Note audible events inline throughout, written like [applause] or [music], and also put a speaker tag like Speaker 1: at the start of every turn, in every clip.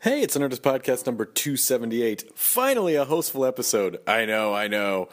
Speaker 1: Hey, it's Nerdist Podcast number 278. Finally, a hostful episode. I know, I know.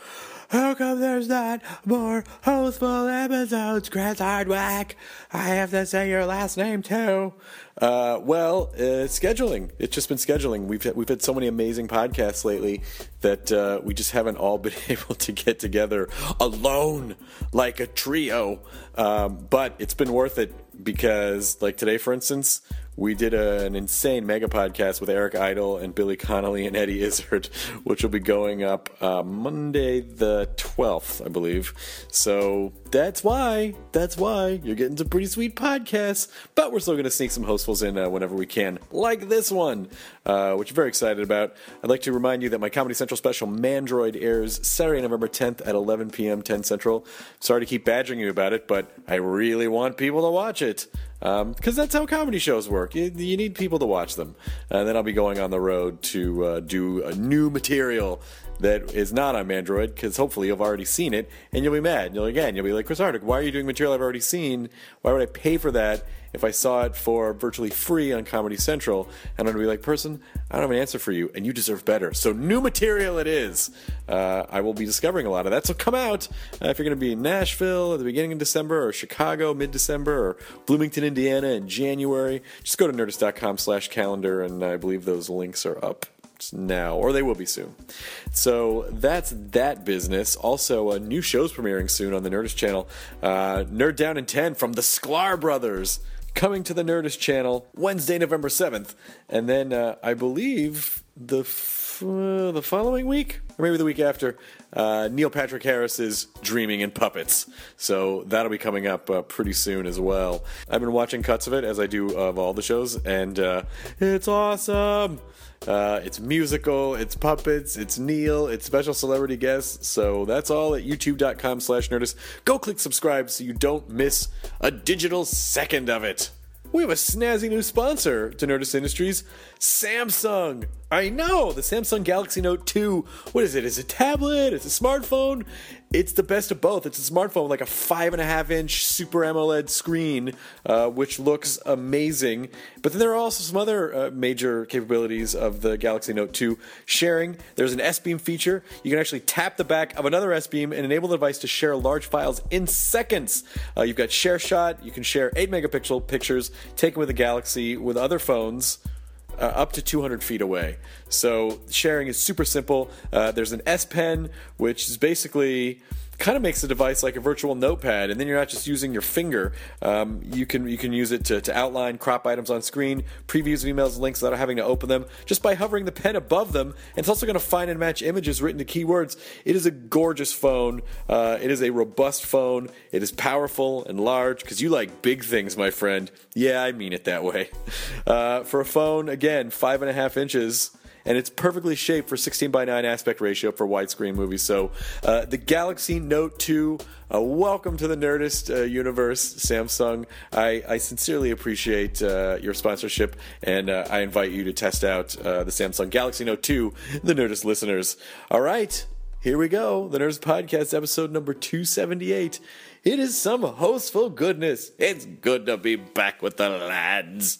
Speaker 1: How come there's not more hostful episodes, Chris Hardwack? I have to say your last name too. Uh, well, uh, scheduling. It's just been scheduling. We've we've had so many amazing podcasts lately that uh, we just haven't all [laughs] been able to get together alone like a trio. Um, but it's been worth it because, like today, for instance, we did a, an insane mega podcast with Eric Idle and Billy Connolly and Eddie Izzard, [laughs] which will be going up uh, Monday the 12th, I believe. So that's why, that's why you're getting some pretty sweet podcasts, but we're still going to sneak some hostfuls in uh, whenever we can, like this one, uh, which I'm very excited about. I'd like to remind you that my Comedy Central special, Mandroid, airs Saturday, November 10th at 11 p.m., 10 Central. Sorry to keep badgering you about it, but I really want people to watch it because um, that's how comedy shows work. You, you need people to watch them. And then I'll be going on the road to uh, do a new material that is not on Mandroid because hopefully you've already seen it and you'll be mad. You'll again, you'll be like, Chris Hardwick, why are you doing material I've already seen? Why would I pay for that if I saw it for virtually free on Comedy Central? And I'm gonna be like, person, I don't have an answer for you, and you deserve better. So new material it is. Uh, I will be discovering a lot of that. So come out uh, if you're gonna be in Nashville at the beginning of December, or Chicago mid December, or Bloomington, Indiana in January. Just go to nerdist.com/calendar, and I believe those links are up now, or they will be soon. So that's that business. Also, uh, new shows premiering soon on the Nerdist channel. Uh, Nerd Down in 10 from the Sklar Brothers coming to the Nerdist channel Wednesday, November 7th. And then uh, I believe the, f- uh, the following week, or maybe the week after, uh, Neil Patrick Harris's Dreaming in Puppets. So that'll be coming up uh, pretty soon as well. I've been watching cuts of it as I do of all the shows, and uh, it's awesome. Uh, it's musical, it's puppets, it's Neil, it's special celebrity guests. So that's all at youtube.com slash nerdist. Go click subscribe so you don't miss a digital second of it. We have a snazzy new sponsor to Nerdist Industries, Samsung. I know, the Samsung Galaxy Note 2. What is it? Is it a tablet? It's a smartphone? It's the best of both. It's a smartphone with like a five and a half inch Super AMOLED screen, uh, which looks amazing. But then there are also some other uh, major capabilities of the Galaxy Note 2 sharing. There's an S Beam feature. You can actually tap the back of another S Beam and enable the device to share large files in seconds. Uh, you've got Share Shot. You can share 8 megapixel pictures taken with the Galaxy with other phones uh, up to 200 feet away. So sharing is super simple. Uh, there's an S Pen, which is basically kind of makes the device like a virtual notepad, and then you're not just using your finger. Um, you can you can use it to, to outline, crop items on screen, previews of emails, links without having to open them, just by hovering the pen above them. And it's also going to find and match images written to keywords. It is a gorgeous phone. Uh, it is a robust phone. It is powerful and large because you like big things, my friend. Yeah, I mean it that way. [laughs] Uh, for a phone, again, five and a half inches and it's perfectly shaped for 16 by 9 aspect ratio for widescreen movies. So, uh, the Galaxy Note 2, uh, welcome to the Nerdist uh, universe, Samsung. I, I sincerely appreciate uh, your sponsorship, and uh, I invite you to test out uh, the Samsung Galaxy Note 2, the Nerdist listeners. All right, here we go. The Nerdist Podcast, episode number 278. It is some hostful goodness. It's good to be back with the lads.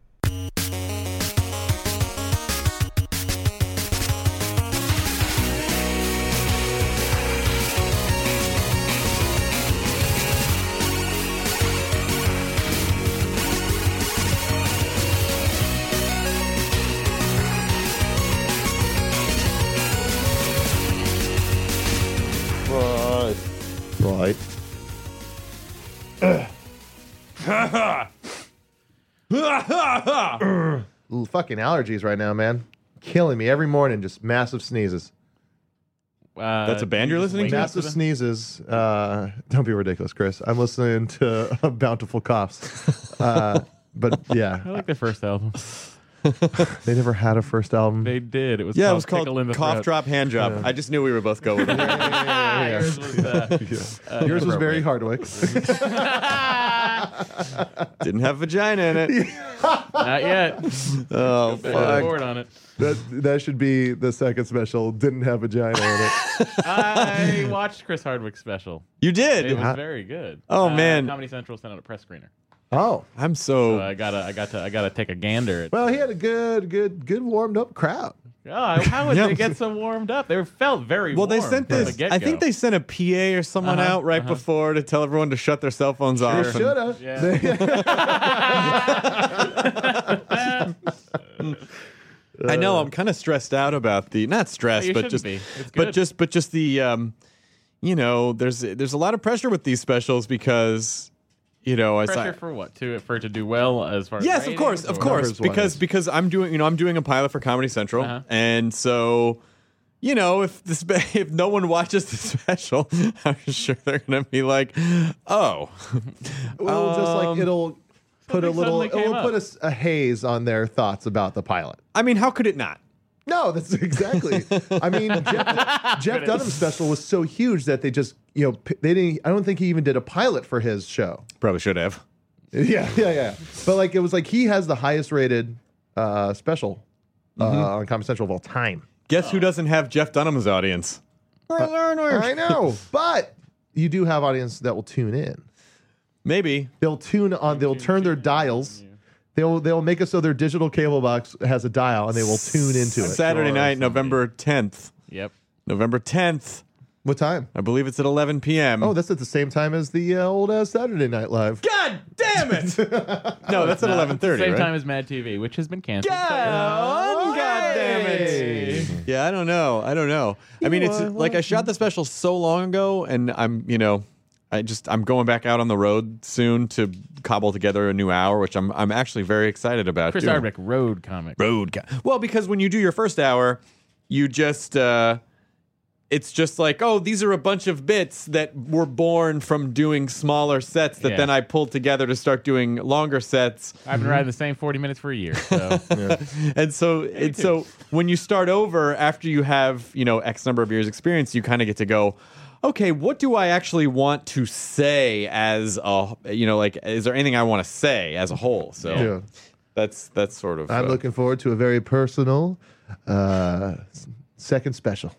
Speaker 1: Right. Right. Ooh, fucking allergies right now, man. Killing me every morning. Just massive sneezes.
Speaker 2: Uh,
Speaker 3: That's a band
Speaker 2: you
Speaker 3: you're
Speaker 2: just
Speaker 3: listening
Speaker 2: wake
Speaker 3: to?
Speaker 2: up
Speaker 3: That's
Speaker 2: to
Speaker 3: the
Speaker 2: the-
Speaker 3: Massive
Speaker 2: Is
Speaker 3: sneezes. Uh, don't be ridiculous, Chris. I'm listening to [laughs] Bountiful Coughs. Uh, but yeah,
Speaker 2: I like the first
Speaker 1: [laughs]
Speaker 2: album.
Speaker 3: they never had a first album. [laughs]
Speaker 2: They did. It was
Speaker 3: Yeah,
Speaker 2: called
Speaker 3: it was
Speaker 2: Tickle in the
Speaker 3: Cough
Speaker 2: Throat.
Speaker 3: Drop
Speaker 1: hand job. I just knew we were both going.
Speaker 2: [laughs] Ah, yours was, uh,
Speaker 3: Yours was very Hardwick. [laughs]
Speaker 1: Didn't have vagina in it.
Speaker 2: [laughs] [laughs] not
Speaker 1: [laughs]
Speaker 2: yet.
Speaker 1: Oh,
Speaker 2: Put a
Speaker 1: fuck.
Speaker 2: board on it.
Speaker 3: that, that should be the second special. Didn't have vagina in it.
Speaker 2: I [laughs] watched Chris Hardwick's special.
Speaker 1: You
Speaker 2: It
Speaker 1: did.
Speaker 2: was very good.
Speaker 1: Oh,
Speaker 2: Uh,
Speaker 1: man.
Speaker 2: Comedy Central sent out a press screener.
Speaker 3: Oh.
Speaker 1: I'm
Speaker 2: So
Speaker 1: so.
Speaker 2: I gotta, I got to, I gotta take a gander. At,
Speaker 3: Well, he had a good, good, good warmed up crowd.
Speaker 2: oh, how would
Speaker 1: Yeah.
Speaker 2: they get so warmed up? They felt very
Speaker 1: Well, they
Speaker 2: warm
Speaker 1: sent
Speaker 2: from
Speaker 1: this.
Speaker 2: the
Speaker 1: I think
Speaker 2: get-go.
Speaker 1: they sent a PA or someone
Speaker 2: Uh-huh,
Speaker 1: out right
Speaker 2: uh-huh.
Speaker 1: before to tell everyone to shut their cell phones
Speaker 3: They
Speaker 1: off. and-
Speaker 3: should have. [laughs]
Speaker 2: Yeah.
Speaker 1: I know. I'm kind of stressed out about the not stressed,
Speaker 2: Uh. You
Speaker 1: but
Speaker 2: shouldn't
Speaker 1: just
Speaker 2: be. It's
Speaker 1: but
Speaker 2: good.
Speaker 1: just but just the um, you know, there's there's a lot of pressure with these specials because you know, as I,
Speaker 2: pressure for what? To for it to do well as far as
Speaker 1: yes, of
Speaker 2: ratings
Speaker 1: course, of
Speaker 2: or-
Speaker 1: course,
Speaker 3: Numbers-wise.
Speaker 1: because because I'm doing you know I'm doing a pilot for Comedy Central,
Speaker 2: Uh-huh.
Speaker 1: and so. You know, if this [laughs] if no one watches the special, I'm sure they're gonna be like, "Oh,
Speaker 3: Well, just like
Speaker 1: Um,
Speaker 3: it'll put a
Speaker 2: something
Speaker 3: little,
Speaker 2: suddenly came
Speaker 3: it'll
Speaker 2: up.
Speaker 3: put a s- a, haze on their thoughts about the pilot.
Speaker 1: I mean, how could it not?"
Speaker 3: No, that's [laughs] exactly. I mean, [laughs] Jeff, Jeff Dunham's special was so huge that they just, you know, p- they didn't. I don't think he even did a pilot for his show.
Speaker 1: Probably should have.
Speaker 3: [laughs] Yeah, yeah, yeah. But like, it was like he has the highest rated uh, special uh, on Comedy Central of all time.
Speaker 1: Guess who doesn't have Jeff Dunham's audience?
Speaker 3: [laughs] I know, but you do have audience that will tune in.
Speaker 1: [laughs] Maybe
Speaker 3: They'll tune on. They'll turn their dials. They'll they'll make it so their digital cable box has a dial, and they will tune into it.
Speaker 1: Saturday night, November 10th.
Speaker 2: Yep.
Speaker 1: November 10th.
Speaker 3: What time?
Speaker 1: I believe it's at 11 p.m.
Speaker 3: Oh, that's at the same time as the uh, old uh, Saturday Night Live.
Speaker 1: God damn it! no, that's at
Speaker 2: No, it's
Speaker 1: 11:30.
Speaker 2: the Same
Speaker 1: right?
Speaker 2: time as Mad TV, which has been canceled.
Speaker 1: God, God damn it! Yeah, I don't know. I don't know. I mean, it's like I shot the special so long ago, and I'm you know, I just I'm going back out on the road soon to cobble together a new hour, which I'm I'm actually very excited about.
Speaker 2: Chris
Speaker 1: doing.
Speaker 2: Hardwick, road comic.
Speaker 1: road. co- Well, because when you do your first hour, you just uh, it's just like, oh, these are a bunch of bits that were born from doing smaller sets that
Speaker 2: Yeah.
Speaker 1: then I pulled together to start doing longer sets.
Speaker 2: I've been riding the same 40 minutes for a
Speaker 1: [laughs]
Speaker 2: year. So
Speaker 1: And so it's so when you start over after you have, you know, X number of years experience, you kind of get to go, okay, what do I actually want to say as a you know, like is there anything I want to say as a whole? So
Speaker 3: Yeah.
Speaker 1: that's that's sort of uh,
Speaker 3: I'm looking forward to a very personal uh, s- second special.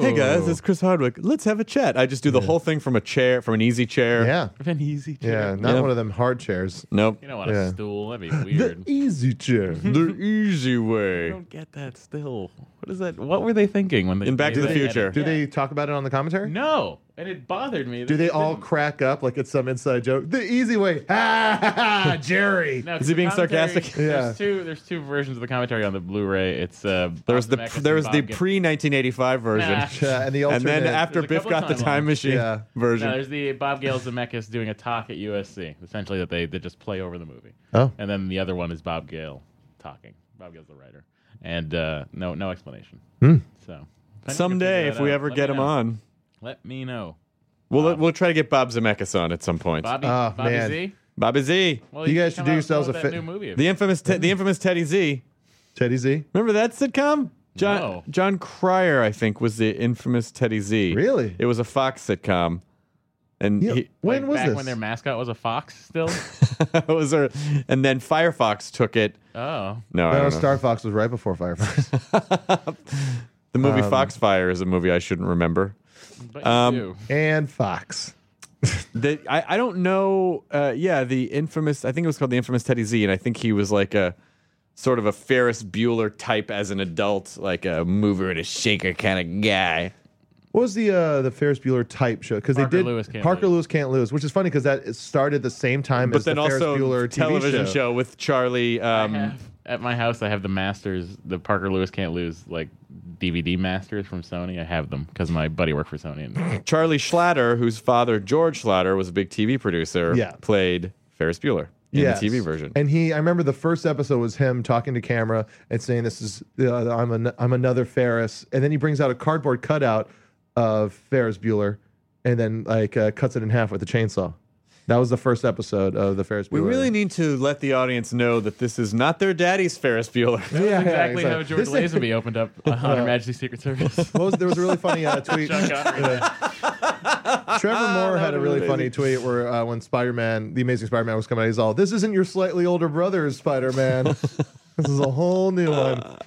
Speaker 1: Hey guys, it's Chris Hardwick. Let's have a chat. I just do the whole thing from a chair, from an easy chair.
Speaker 3: Yeah,
Speaker 2: an easy chair.
Speaker 3: yeah, not
Speaker 1: Yeah.
Speaker 3: one of them hard chairs.
Speaker 1: Nope.
Speaker 2: You don't want
Speaker 3: Yeah.
Speaker 2: a stool. That'd [laughs] be
Speaker 3: The
Speaker 2: weird.
Speaker 3: easy chair.
Speaker 1: the easy
Speaker 2: I
Speaker 1: way.
Speaker 2: e don't get that still. What is that? What were they thinking when they
Speaker 1: In Back to
Speaker 2: made
Speaker 1: the
Speaker 2: that
Speaker 1: Future.
Speaker 2: edit?
Speaker 3: Do they talk about it on the commentary?
Speaker 2: No, and it bothered me.
Speaker 3: Do they all crack up like it's some inside joke? The easy way. [laughs] Ha ha ha,
Speaker 2: [laughs]
Speaker 3: Jerry.
Speaker 2: No,
Speaker 1: Is he being
Speaker 2: commentary-
Speaker 1: sarcastic?
Speaker 3: Yeah.
Speaker 2: Ah, There's two. There's two versions of the commentary on the Blu-ray. It's uh, Bob
Speaker 1: There was the
Speaker 2: Zemeckis and
Speaker 1: there was
Speaker 2: Bob
Speaker 1: the
Speaker 2: Gib-
Speaker 1: pre 1985 version,
Speaker 2: Nah.
Speaker 3: Yeah, Uh, and the
Speaker 1: and
Speaker 3: alternate.
Speaker 1: then after
Speaker 2: There's a
Speaker 1: Biff
Speaker 2: couple
Speaker 1: got the
Speaker 2: timelines.
Speaker 1: time machine
Speaker 3: Yeah.
Speaker 1: version.
Speaker 2: No, there's the Bob Gale Zemeckis doing a talk at USC. Essentially, that they, they just play over the movie.
Speaker 3: Oh.
Speaker 2: And then the other one is Bob Gale talking. Bob Gale's the writer, and uh, no no explanation.
Speaker 1: Hmm.
Speaker 2: So if anyone can
Speaker 1: Someday,
Speaker 2: figure
Speaker 1: if
Speaker 2: that
Speaker 1: we
Speaker 2: out,
Speaker 1: ever
Speaker 2: let
Speaker 1: get
Speaker 2: me
Speaker 1: him
Speaker 2: know.
Speaker 1: on,
Speaker 2: let me know.
Speaker 1: we'll we'll try to get Bob Zemeckis on at some point.
Speaker 2: Bobby,
Speaker 3: Oh,
Speaker 2: Bobby
Speaker 3: man.
Speaker 2: Z.
Speaker 1: Bobby Z,
Speaker 2: Well,
Speaker 3: You
Speaker 2: he
Speaker 3: guys
Speaker 2: come
Speaker 3: should do
Speaker 2: out
Speaker 3: yourselves
Speaker 2: with
Speaker 3: a
Speaker 2: that
Speaker 3: fa-
Speaker 2: new movie.
Speaker 1: the infamous Te- the infamous Teddy Z.
Speaker 3: Teddy Z.
Speaker 1: Remember that sitcom? John
Speaker 2: No.
Speaker 1: John Cryer, I think, was the infamous Teddy Z.
Speaker 3: Really?
Speaker 1: It was a Fox sitcom, and
Speaker 3: Yeah.
Speaker 1: he, [laughs]
Speaker 2: Like,
Speaker 3: when was
Speaker 2: back
Speaker 3: this?
Speaker 2: When their mascot was a fox,
Speaker 3: [laughs]
Speaker 2: still.
Speaker 1: That was her. And then Firefox took it.
Speaker 2: oh,
Speaker 1: No, I
Speaker 3: no,
Speaker 1: don't know.
Speaker 3: Star Fox was right before Firefox.
Speaker 1: the movie Foxfire is a movie I shouldn't remember.
Speaker 2: but you do.
Speaker 3: and Fox.
Speaker 1: the, I, I don't know. Uh, yeah, the infamous. I think it was called the infamous Teddy Z, and I think he was like a sort of a Ferris Bueller type as an adult, like a mover and a shaker kind of guy.
Speaker 3: What was the uh, the Ferris Bueller type show? Because they
Speaker 2: Parker
Speaker 3: did
Speaker 2: Lewis Can't
Speaker 3: Parker
Speaker 2: Lose.
Speaker 3: Lewis can't lose, which is funny because that started the same time
Speaker 1: But
Speaker 3: as
Speaker 1: then
Speaker 3: the
Speaker 1: also
Speaker 3: Ferris Bueller TV
Speaker 1: television show. with Charlie. Um,
Speaker 2: At my house, I have the masters, the Parker Lewis can't lose like DVD masters from Sony. I have them because my buddy worked for Sony.
Speaker 3: [laughs]
Speaker 2: And
Speaker 1: Charlie Schlatter, whose father George Schlatter was a big TV producer,
Speaker 3: Yeah.
Speaker 1: played Ferris Bueller in
Speaker 3: Yes.
Speaker 1: the TV version.
Speaker 3: And he, I remember the first episode was him talking to camera and saying, "This is uh, I'm an, I'm another Ferris," and then he brings out a cardboard cutout of Ferris Bueller, and then like uh, cuts it in half with a chainsaw. That was the first episode of the Ferris Bueller.
Speaker 1: we really need to let the audience know that this is not their daddy's Ferris
Speaker 3: [laughs]
Speaker 1: Bueller.
Speaker 3: yeah, yeah,
Speaker 2: exactly how
Speaker 3: exactly.
Speaker 2: George
Speaker 3: This is-
Speaker 2: Lazenby opened up
Speaker 3: [laughs]
Speaker 2: Her Majesty's Secret Service.
Speaker 3: What was, there was a really funny uh, tweet. Yeah. Trevor
Speaker 1: Ah,
Speaker 3: Moore had a really funny tweet where uh, when Spider Man, the Amazing Spider Man, was coming out, he's all, "This isn't your slightly older brother, Spider Man. this is a whole
Speaker 1: [laughs]
Speaker 3: new one."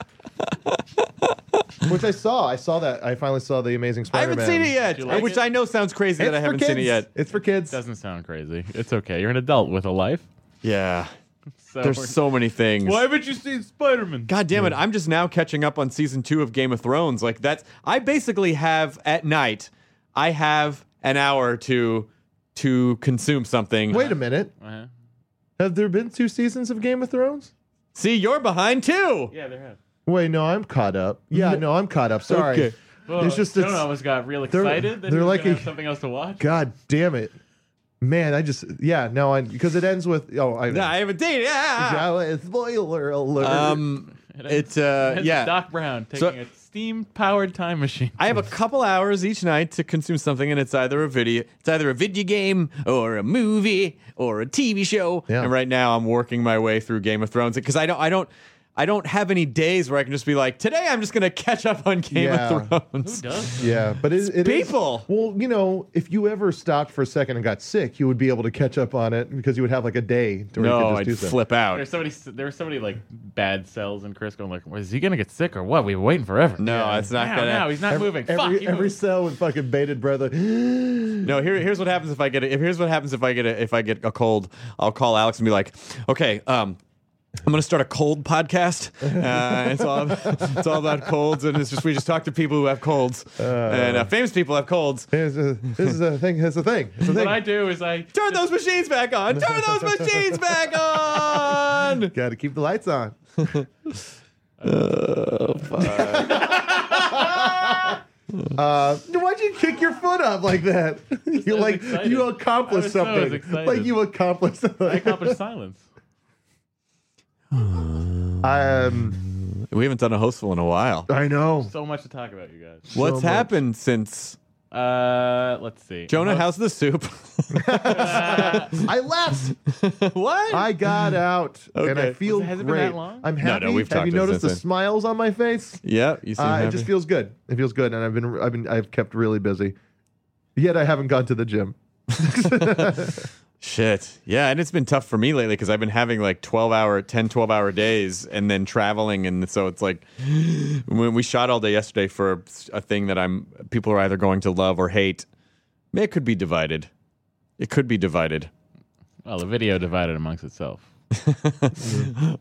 Speaker 3: Which I saw. I saw that. I finally saw the Amazing
Speaker 1: I
Speaker 3: Spider Man.
Speaker 1: haven't seen it yet,
Speaker 2: you like
Speaker 1: which
Speaker 2: it?
Speaker 1: I know sounds crazy that I haven't seen it yet.
Speaker 3: It's for kids.
Speaker 2: Doesn't sound crazy. It's okay. You're an adult with a life.
Speaker 1: Yeah,
Speaker 2: So
Speaker 1: [laughs]
Speaker 2: we're-
Speaker 1: there's so many things.
Speaker 2: [laughs] Why haven't you seen Spider Man?
Speaker 1: God damn it! I'm just now catching up on season two of Game of Thrones. Like that's I basically have at night. I have an hour to to consume something.
Speaker 3: Wait a minute.
Speaker 2: Uh-huh.
Speaker 3: Have there been two seasons of Game of Thrones?
Speaker 1: See, you're behind too.
Speaker 2: Yeah, there have.
Speaker 3: Wait, no, I'm caught up. Yeah, no, I'm caught up. Sorry.
Speaker 1: Okay.
Speaker 2: Well,
Speaker 3: It's just-
Speaker 2: Jonah
Speaker 3: it's-
Speaker 2: almost got real
Speaker 3: they're-
Speaker 2: excited. that he
Speaker 3: they're
Speaker 2: was
Speaker 3: like
Speaker 2: gonna
Speaker 3: a-
Speaker 2: have something else to watch.
Speaker 3: God damn it, man! I just yeah. No, I because it ends with oh I.
Speaker 1: No, I haven't dated. Yeah.
Speaker 3: Yeah, it's spoiler alert.
Speaker 1: Um, it
Speaker 2: [laughs]
Speaker 1: uh,
Speaker 2: That's
Speaker 1: yeah.
Speaker 2: Doc Brown taking a steam powered
Speaker 1: [laughs]
Speaker 2: time machine.
Speaker 1: I have a couple hours each night to consume something, and it's either a video, it's either a video game or a movie or a TV show.
Speaker 3: Yeah.
Speaker 1: And right now, I'm working my way through Game of Thrones because I don't, I don't, I don't have any days where I can just be like, today I'm just gonna catch up on Game
Speaker 3: Yeah.
Speaker 1: of Thrones.
Speaker 2: Does?
Speaker 3: yeah, but it, it is-
Speaker 1: people.
Speaker 3: well, you know, if you ever stopped for a second and got sick, you would be able to catch up on it because you would have like a day to where you
Speaker 1: No,
Speaker 3: could just do
Speaker 1: I'd
Speaker 3: so.
Speaker 1: flip
Speaker 2: There's
Speaker 1: out.
Speaker 2: somebody. There were somebody like bad cells in Chris going like, "Well, "Is he gonna get sick or what? We've been waiting forever."
Speaker 1: No, it's not
Speaker 2: now,
Speaker 1: gonna.
Speaker 2: now he's not moving. Fuck.
Speaker 3: Every,
Speaker 2: he
Speaker 3: every
Speaker 2: moved.
Speaker 3: cell with fucking bated breath. [gasps] like,
Speaker 1: No, here, here's what happens if I get a, if here's what happens if I get a, if I get a cold. I'll call Alex and be like, okay, um, I'm gonna start a cold
Speaker 3: [laughs]
Speaker 1: podcast. Uh, it's all it's all about colds, and it's just we just talk to people who have colds, and uh, famous people have colds.
Speaker 3: Here's a, this is a thing. Here's a thing. It's a
Speaker 2: What
Speaker 3: thing.
Speaker 2: I do is I
Speaker 1: Turn those machines back on. Turn those machines back on.
Speaker 3: Got to keep the lights on. [laughs] Uh, why'd you kick your foot up like that?
Speaker 2: [laughs]
Speaker 3: you
Speaker 2: was
Speaker 3: like
Speaker 2: excited.
Speaker 3: you
Speaker 2: I
Speaker 3: accomplished
Speaker 2: was so
Speaker 3: something.
Speaker 2: excited.
Speaker 3: like you accomplished
Speaker 2: [laughs] I
Speaker 3: something.
Speaker 1: [laughs]
Speaker 2: [laughs] accomplish silence.
Speaker 3: um,
Speaker 1: We haven't done a hostful in a while.
Speaker 3: I know.
Speaker 2: So much to talk about, you guys.
Speaker 1: What's
Speaker 3: much.
Speaker 1: happened since
Speaker 2: Uh, let's see.
Speaker 1: Jonah? How's the soup? [laughs]
Speaker 3: I left.
Speaker 1: what?
Speaker 3: I got out, and I
Speaker 1: Okay.
Speaker 3: feel
Speaker 2: Has it been
Speaker 3: great.
Speaker 2: that long?
Speaker 3: I'm
Speaker 1: no,
Speaker 3: happy.
Speaker 1: we've
Speaker 3: Have you
Speaker 1: talked about
Speaker 3: noticed the
Speaker 1: this, I think.
Speaker 3: smiles on my face?
Speaker 1: yeah, you seem
Speaker 3: Uh, it
Speaker 1: happy.
Speaker 3: just feels good. It feels good, and I've been, I've been, I've kept really busy. Yet I haven't gone to the gym.
Speaker 1: Shit. Yeah. And it's been tough for me lately because I've been having like 12 hour, 10, 12 hour days and then traveling. And so it's like [gasps] when we shot all day yesterday for a thing that I'm, people are either going to love or hate. It could be divided. It could be divided. [gasps]
Speaker 2: Well, the video divided amongst itself.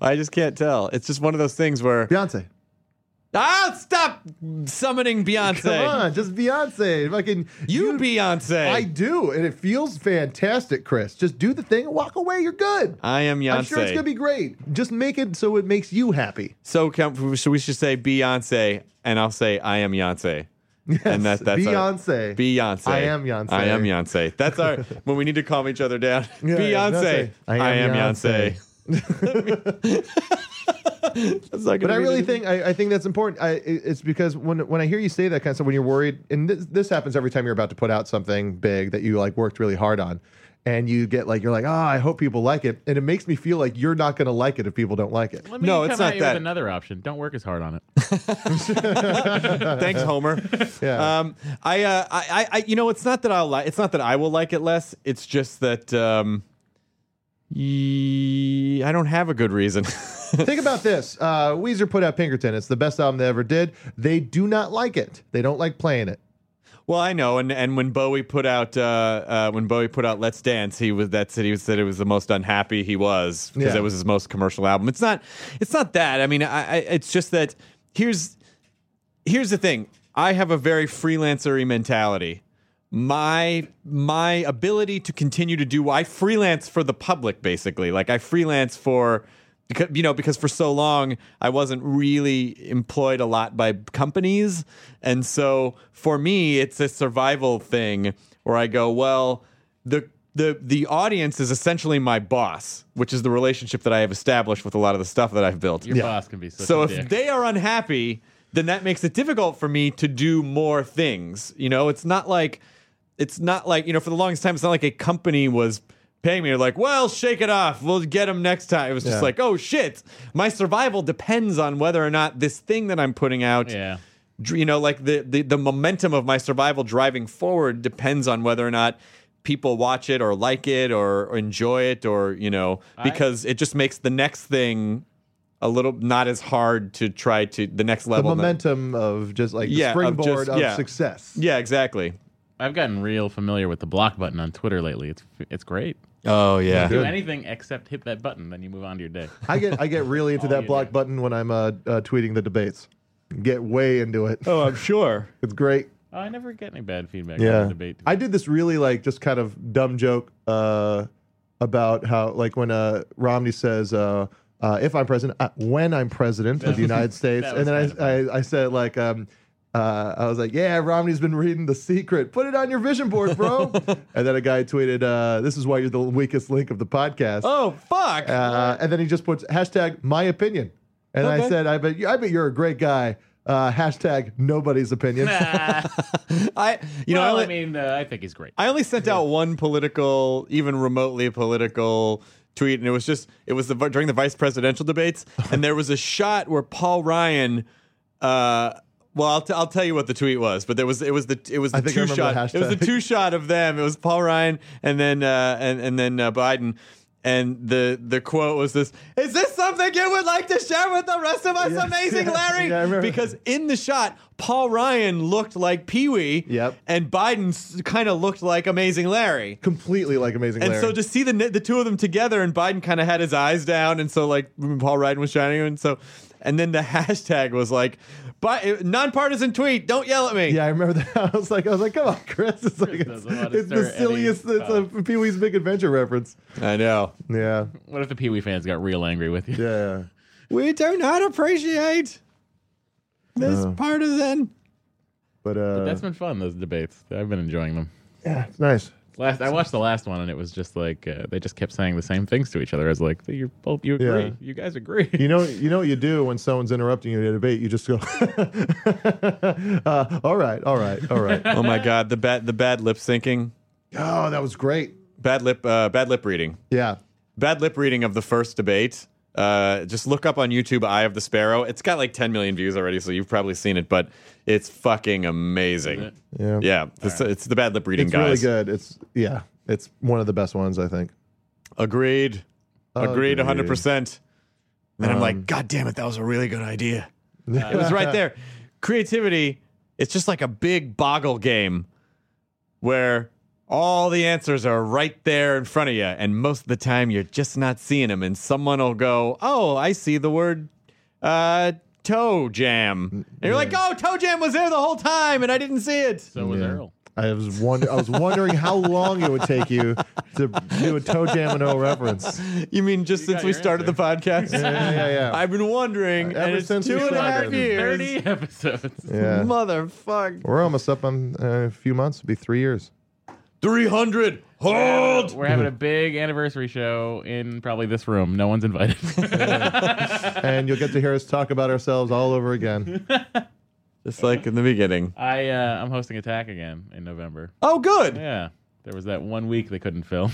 Speaker 1: I just can't tell. It's just one of those things where.
Speaker 3: Beyonce,
Speaker 1: Ah, stop summoning Beyonce.
Speaker 3: come on, just Beyonce. Fucking
Speaker 1: You, Beyonce.
Speaker 3: I do, and it feels fantastic, Chris. Just do the thing and walk away. You're good.
Speaker 1: I am Beyonce.
Speaker 3: I'm sure it's gonna be great. Just make it so it makes you happy. [laughs]
Speaker 1: So can, so we should say Beyonce, and I'll say I am Beyonce. and that, that's our-
Speaker 3: Beyonce.
Speaker 1: Beyonce.
Speaker 3: I am Beyonce.
Speaker 1: I am Beyonce. That's
Speaker 3: [laughs]
Speaker 1: our when we need to calm each other down.
Speaker 3: Yeah,
Speaker 1: Beyonce.
Speaker 3: Beyonce. I am
Speaker 1: Beyonce.
Speaker 3: [laughs]
Speaker 1: That's not gonna
Speaker 3: But I
Speaker 1: be
Speaker 3: really
Speaker 1: the-
Speaker 3: think I, I think that's important. I, it- it's because when when I hear you say that kind of stuff, when you're worried, and this, this happens every time you're about to put out something big that you like worked really hard on, and you get like you're like, ah, I hope people like it, and it makes me feel like you're not gonna like it if people don't like it.
Speaker 2: Let me
Speaker 1: No,
Speaker 2: come
Speaker 1: it's
Speaker 2: at
Speaker 1: not
Speaker 2: you
Speaker 1: that.
Speaker 2: With another option. Don't work as
Speaker 1: [laughs]
Speaker 2: hard on it.
Speaker 1: Thanks, Homer.
Speaker 3: [laughs] Yeah.
Speaker 1: Um, I, uh, I, I, I, you know, it's not that I'll like. It's not that I will like it less. It's just that um, ye- I don't have a good reason. [laughs]
Speaker 3: Think about this. Uh, Weezer put out Pinkerton. It's the best album they ever did. They do not like it. They don't like playing it.
Speaker 1: Well, I know, and, and when Bowie put out uh, uh, when Bowie put out Let's Dance, he was that said he said it was the most unhappy he was because
Speaker 3: Yeah.
Speaker 1: it was his most commercial album. It's not it's not that. I mean, I, I it's just that here's here's the thing. I have a very freelancery mentality. My my ability to continue to do I freelance for the public basically. Like I freelance for because you know because for so long I wasn't really employed a lot by companies, and so for me it's a survival thing where I go well the the the audience is essentially my boss, which is the relationship that I have established with a lot of the stuff that I've built.
Speaker 2: Your boss can be such
Speaker 1: So
Speaker 2: a
Speaker 1: if
Speaker 2: dick.
Speaker 1: they are unhappy, then that makes it difficult for me to do more things. You know, it's not like it's not like you know for the longest time it's not like a company was paying me They're like well shake it off we'll get them next time it was just
Speaker 3: Yeah.
Speaker 1: like oh shit my survival depends on whether or not this thing that i'm putting out
Speaker 2: yeah.
Speaker 1: dr- you know like the, the the momentum of my survival driving forward depends on whether or not people watch it or like it or, or enjoy it or you know because it just makes the next thing a little not as hard to try to the next
Speaker 3: The
Speaker 1: level
Speaker 3: momentum of just like the
Speaker 1: Yeah, of
Speaker 3: springboard
Speaker 1: just-
Speaker 3: of,
Speaker 1: yeah.
Speaker 3: success.
Speaker 1: [laughs] yeah exactly
Speaker 2: I've gotten real familiar with the block button on Twitter lately. It's it's great.
Speaker 1: oh yeah
Speaker 2: Do anything except hit that button, then you move on to your [laughs] day.
Speaker 3: I get I get really into that
Speaker 2: Oh, you
Speaker 3: block
Speaker 2: do.
Speaker 3: button when I'm uh, uh, tweeting the debates. Get way into it.
Speaker 1: oh i'm sure
Speaker 3: It's great.
Speaker 2: Oh, I never get any bad feedback. on
Speaker 3: Yeah.
Speaker 2: the debate.
Speaker 3: I did this really like just kind of dumb joke uh, about how like when uh, Romney says uh, uh, if I'm president, uh, when I'm president of the United States,
Speaker 2: that
Speaker 3: and
Speaker 2: was
Speaker 3: then
Speaker 2: kind of
Speaker 3: I, I I said like. Um, uh, I was like, "Yeah, Romney's been reading The Secret. Put it on your vision board,
Speaker 2: [laughs]
Speaker 3: bro." and then a guy tweeted, uh, "This is why you're the weakest link of the podcast."
Speaker 1: oh fuck
Speaker 3: Uh, and then he just puts hashtag my opinion. And I said, I bet, you, I bet you're a great guy. Uh, hashtag nobody's opinion.
Speaker 1: [laughs]
Speaker 2: [laughs]
Speaker 1: i you know
Speaker 2: Ah, well,
Speaker 1: I,
Speaker 2: I
Speaker 1: only-
Speaker 2: mean, uh, I think he's great.
Speaker 1: I only sent out one political, even remotely political tweet, and it was just it was the during the vice presidential
Speaker 3: [laughs]
Speaker 1: debates, and there was a shot where Paul Ryan. Uh, well, I'll, t- I'll tell you what the tweet was, but there was it was the it was the
Speaker 3: I think I
Speaker 1: two
Speaker 3: remember
Speaker 1: shot
Speaker 3: the
Speaker 1: it was the
Speaker 3: hashtag.
Speaker 1: two shot of them. It was Paul Ryan and then uh, and and then uh, Biden. And the the quote was this: "Is this something you would like to share with the rest of us,
Speaker 3: Yes. [laughs]
Speaker 1: amazing Larry?"
Speaker 3: Yeah, I remember.
Speaker 1: because in the shot, Paul Ryan looked like Pee Wee,
Speaker 3: Yep.
Speaker 1: and Biden kind of looked like Amazing Larry.
Speaker 3: Completely like amazing.
Speaker 1: And
Speaker 3: Larry.
Speaker 1: so to see the the two of them together, and Biden kind of had his eyes down, and so like Paul Ryan was shining, and so, and then the [laughs] hashtag was like, "Bi- eh, nonpartisan tweet, don't yell at me."
Speaker 3: [laughs] yeah, I remember that. I was like, I was like, come on, Chris. It's like it's,
Speaker 2: doesn't want to
Speaker 3: it's the
Speaker 2: stir
Speaker 3: silliest.
Speaker 2: any
Speaker 3: It's a Pee Wee's Big Adventure reference.
Speaker 1: I know.
Speaker 3: Yeah,
Speaker 2: What if the Pee Wee fans got real angry with you?
Speaker 3: yeah.
Speaker 1: We do not appreciate this partisan.
Speaker 3: But, uh,
Speaker 2: That's been fun. Those debates. I've been enjoying them.
Speaker 3: yeah, it's nice.
Speaker 2: Last, I watched the last one, and it was just like uh, they just kept saying the same things to each other. I was like, "You both, you agree?
Speaker 3: Yeah.
Speaker 2: You guys agree?"
Speaker 3: You know, you know what you do when someone's interrupting you in a debate. You just go, [laughs] uh, all right, all right, all right.
Speaker 1: [laughs] Oh my god, the bad the bad lip syncing,
Speaker 3: oh, that was great.
Speaker 1: bad lip uh, bad lip reading.
Speaker 3: Yeah,
Speaker 1: bad lip reading of the first debate. Uh, just look up on YouTube "Eye of the Sparrow." It's got like 10 million views already, so you've probably seen it, but it's fucking amazing.
Speaker 3: yeah,
Speaker 1: Yeah, it's, it's the bad lip reading
Speaker 3: It's really
Speaker 1: guys.
Speaker 3: good. It's yeah, it's one of the best ones I think.
Speaker 1: Agreed. Agreed,
Speaker 3: Agreed.
Speaker 1: 100%. And I'm like, God damn it, that was a really good idea. it was right there. Creativity, it's just like a big boggle game where all the answers are right there in front of you. And most of the time, you're just not seeing them. And someone will go, Oh, I see the word uh, toe jam. And you're like, Oh, toe jam was there the whole time and I didn't see it.
Speaker 2: [laughs] so was Earl.
Speaker 3: I was wonder- I was wondering how long it would take you to do a toe jam and O reference.
Speaker 1: you mean just since
Speaker 2: got
Speaker 1: we
Speaker 2: your
Speaker 1: started
Speaker 2: answer.
Speaker 1: the podcast?
Speaker 3: Yeah, yeah, yeah.
Speaker 1: I've been wondering,
Speaker 3: Oh. Uh, Ever
Speaker 1: and it's
Speaker 3: since
Speaker 1: two
Speaker 3: we
Speaker 1: and a half
Speaker 3: started.
Speaker 1: years.
Speaker 2: Thirty episodes.
Speaker 3: Yeah.
Speaker 1: Motherfuck.
Speaker 3: We're almost up on uh, a few months. It'll be three years.
Speaker 1: 300. Hold.
Speaker 3: [laughs]
Speaker 2: We're having a big anniversary show in probably this room. No one's invited. [laughs]
Speaker 3: And you'll get to hear us talk about ourselves all over again.
Speaker 1: Just like in the beginning.
Speaker 2: I uh, I'm hosting Attack again in November.
Speaker 1: Oh, good.
Speaker 2: Yeah, there was that one week they couldn't film.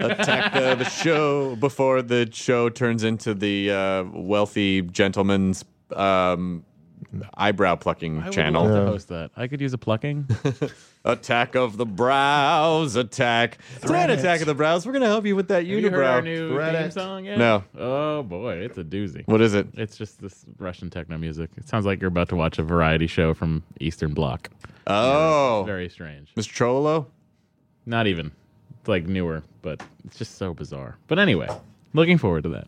Speaker 1: Attack the, the show before the show turns into the uh, wealthy gentleman's um, eyebrow plucking
Speaker 2: I would
Speaker 1: channel.
Speaker 2: love to host that. I could use a plucking.
Speaker 1: Attack of the brows, attack. Thread attack of the brows. We're gonna help you with that
Speaker 2: Have you heard our
Speaker 1: unibrow.
Speaker 2: new
Speaker 3: Reddit.
Speaker 2: theme song yet?
Speaker 1: No.
Speaker 2: Oh boy, it's a doozy.
Speaker 1: what is it?
Speaker 2: It's just this Russian techno music. It sounds like you're about to watch a variety show from Eastern Bloc.
Speaker 1: Oh,
Speaker 2: Very strange.
Speaker 1: Mr. Trollo.
Speaker 2: Not even. It's like newer, but it's just so bizarre. But anyway, looking forward to that.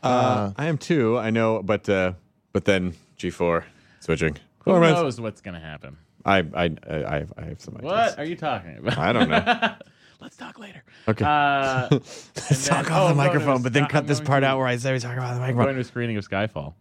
Speaker 1: Uh, I am too. I know, but uh, but then G four switching.
Speaker 2: Who
Speaker 1: Hormones.
Speaker 2: knows what's going to happen?
Speaker 1: I I I I- I have some ideas.
Speaker 2: What are you talking about?
Speaker 1: I
Speaker 2: [laughs]
Speaker 1: don't know.
Speaker 2: Let's talk later.
Speaker 1: Okay. [laughs]
Speaker 2: Uh, oh, Let's
Speaker 1: Talk off the microphone, but then cut this part out where I say we talk about the
Speaker 2: I'm
Speaker 1: microphone.
Speaker 2: going to a screening of Skyfall.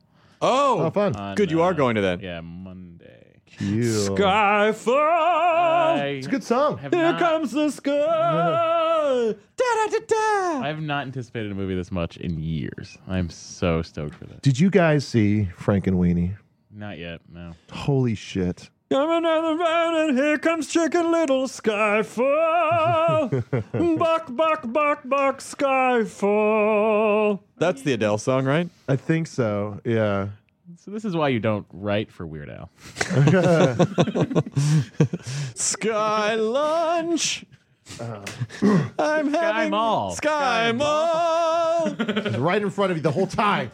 Speaker 1: Oh,
Speaker 3: Oh, fun.
Speaker 2: on,
Speaker 1: good. You are
Speaker 2: uh,
Speaker 1: going to that.
Speaker 2: Yeah, Monday.
Speaker 1: Skyfall.
Speaker 2: I
Speaker 3: It's a good song.
Speaker 2: have
Speaker 1: Here
Speaker 2: not-
Speaker 1: comes the Ah. sky.
Speaker 2: [laughs]
Speaker 1: Da, da, da,
Speaker 2: I
Speaker 1: da.
Speaker 2: have not anticipated a movie this much in years. I'm so stoked for this.
Speaker 3: Did you guys see Frank and Weenie?
Speaker 2: Not yet, no.
Speaker 3: Holy shit.
Speaker 1: Come another round, and here comes Chicken Little
Speaker 2: [laughs]
Speaker 1: Skyfall. buck, buck, buck, buck, Skyfall. That's the Adele song, right?
Speaker 3: I think so. Yeah.
Speaker 2: So this is why you don't write for Weird
Speaker 1: [laughs]
Speaker 2: Al.
Speaker 1: Sky lunch. [laughs] I'm having
Speaker 2: Uh-huh. Mall.
Speaker 1: Sky, Mall.
Speaker 2: [laughs]
Speaker 3: It's right in front of you the whole [laughs] time.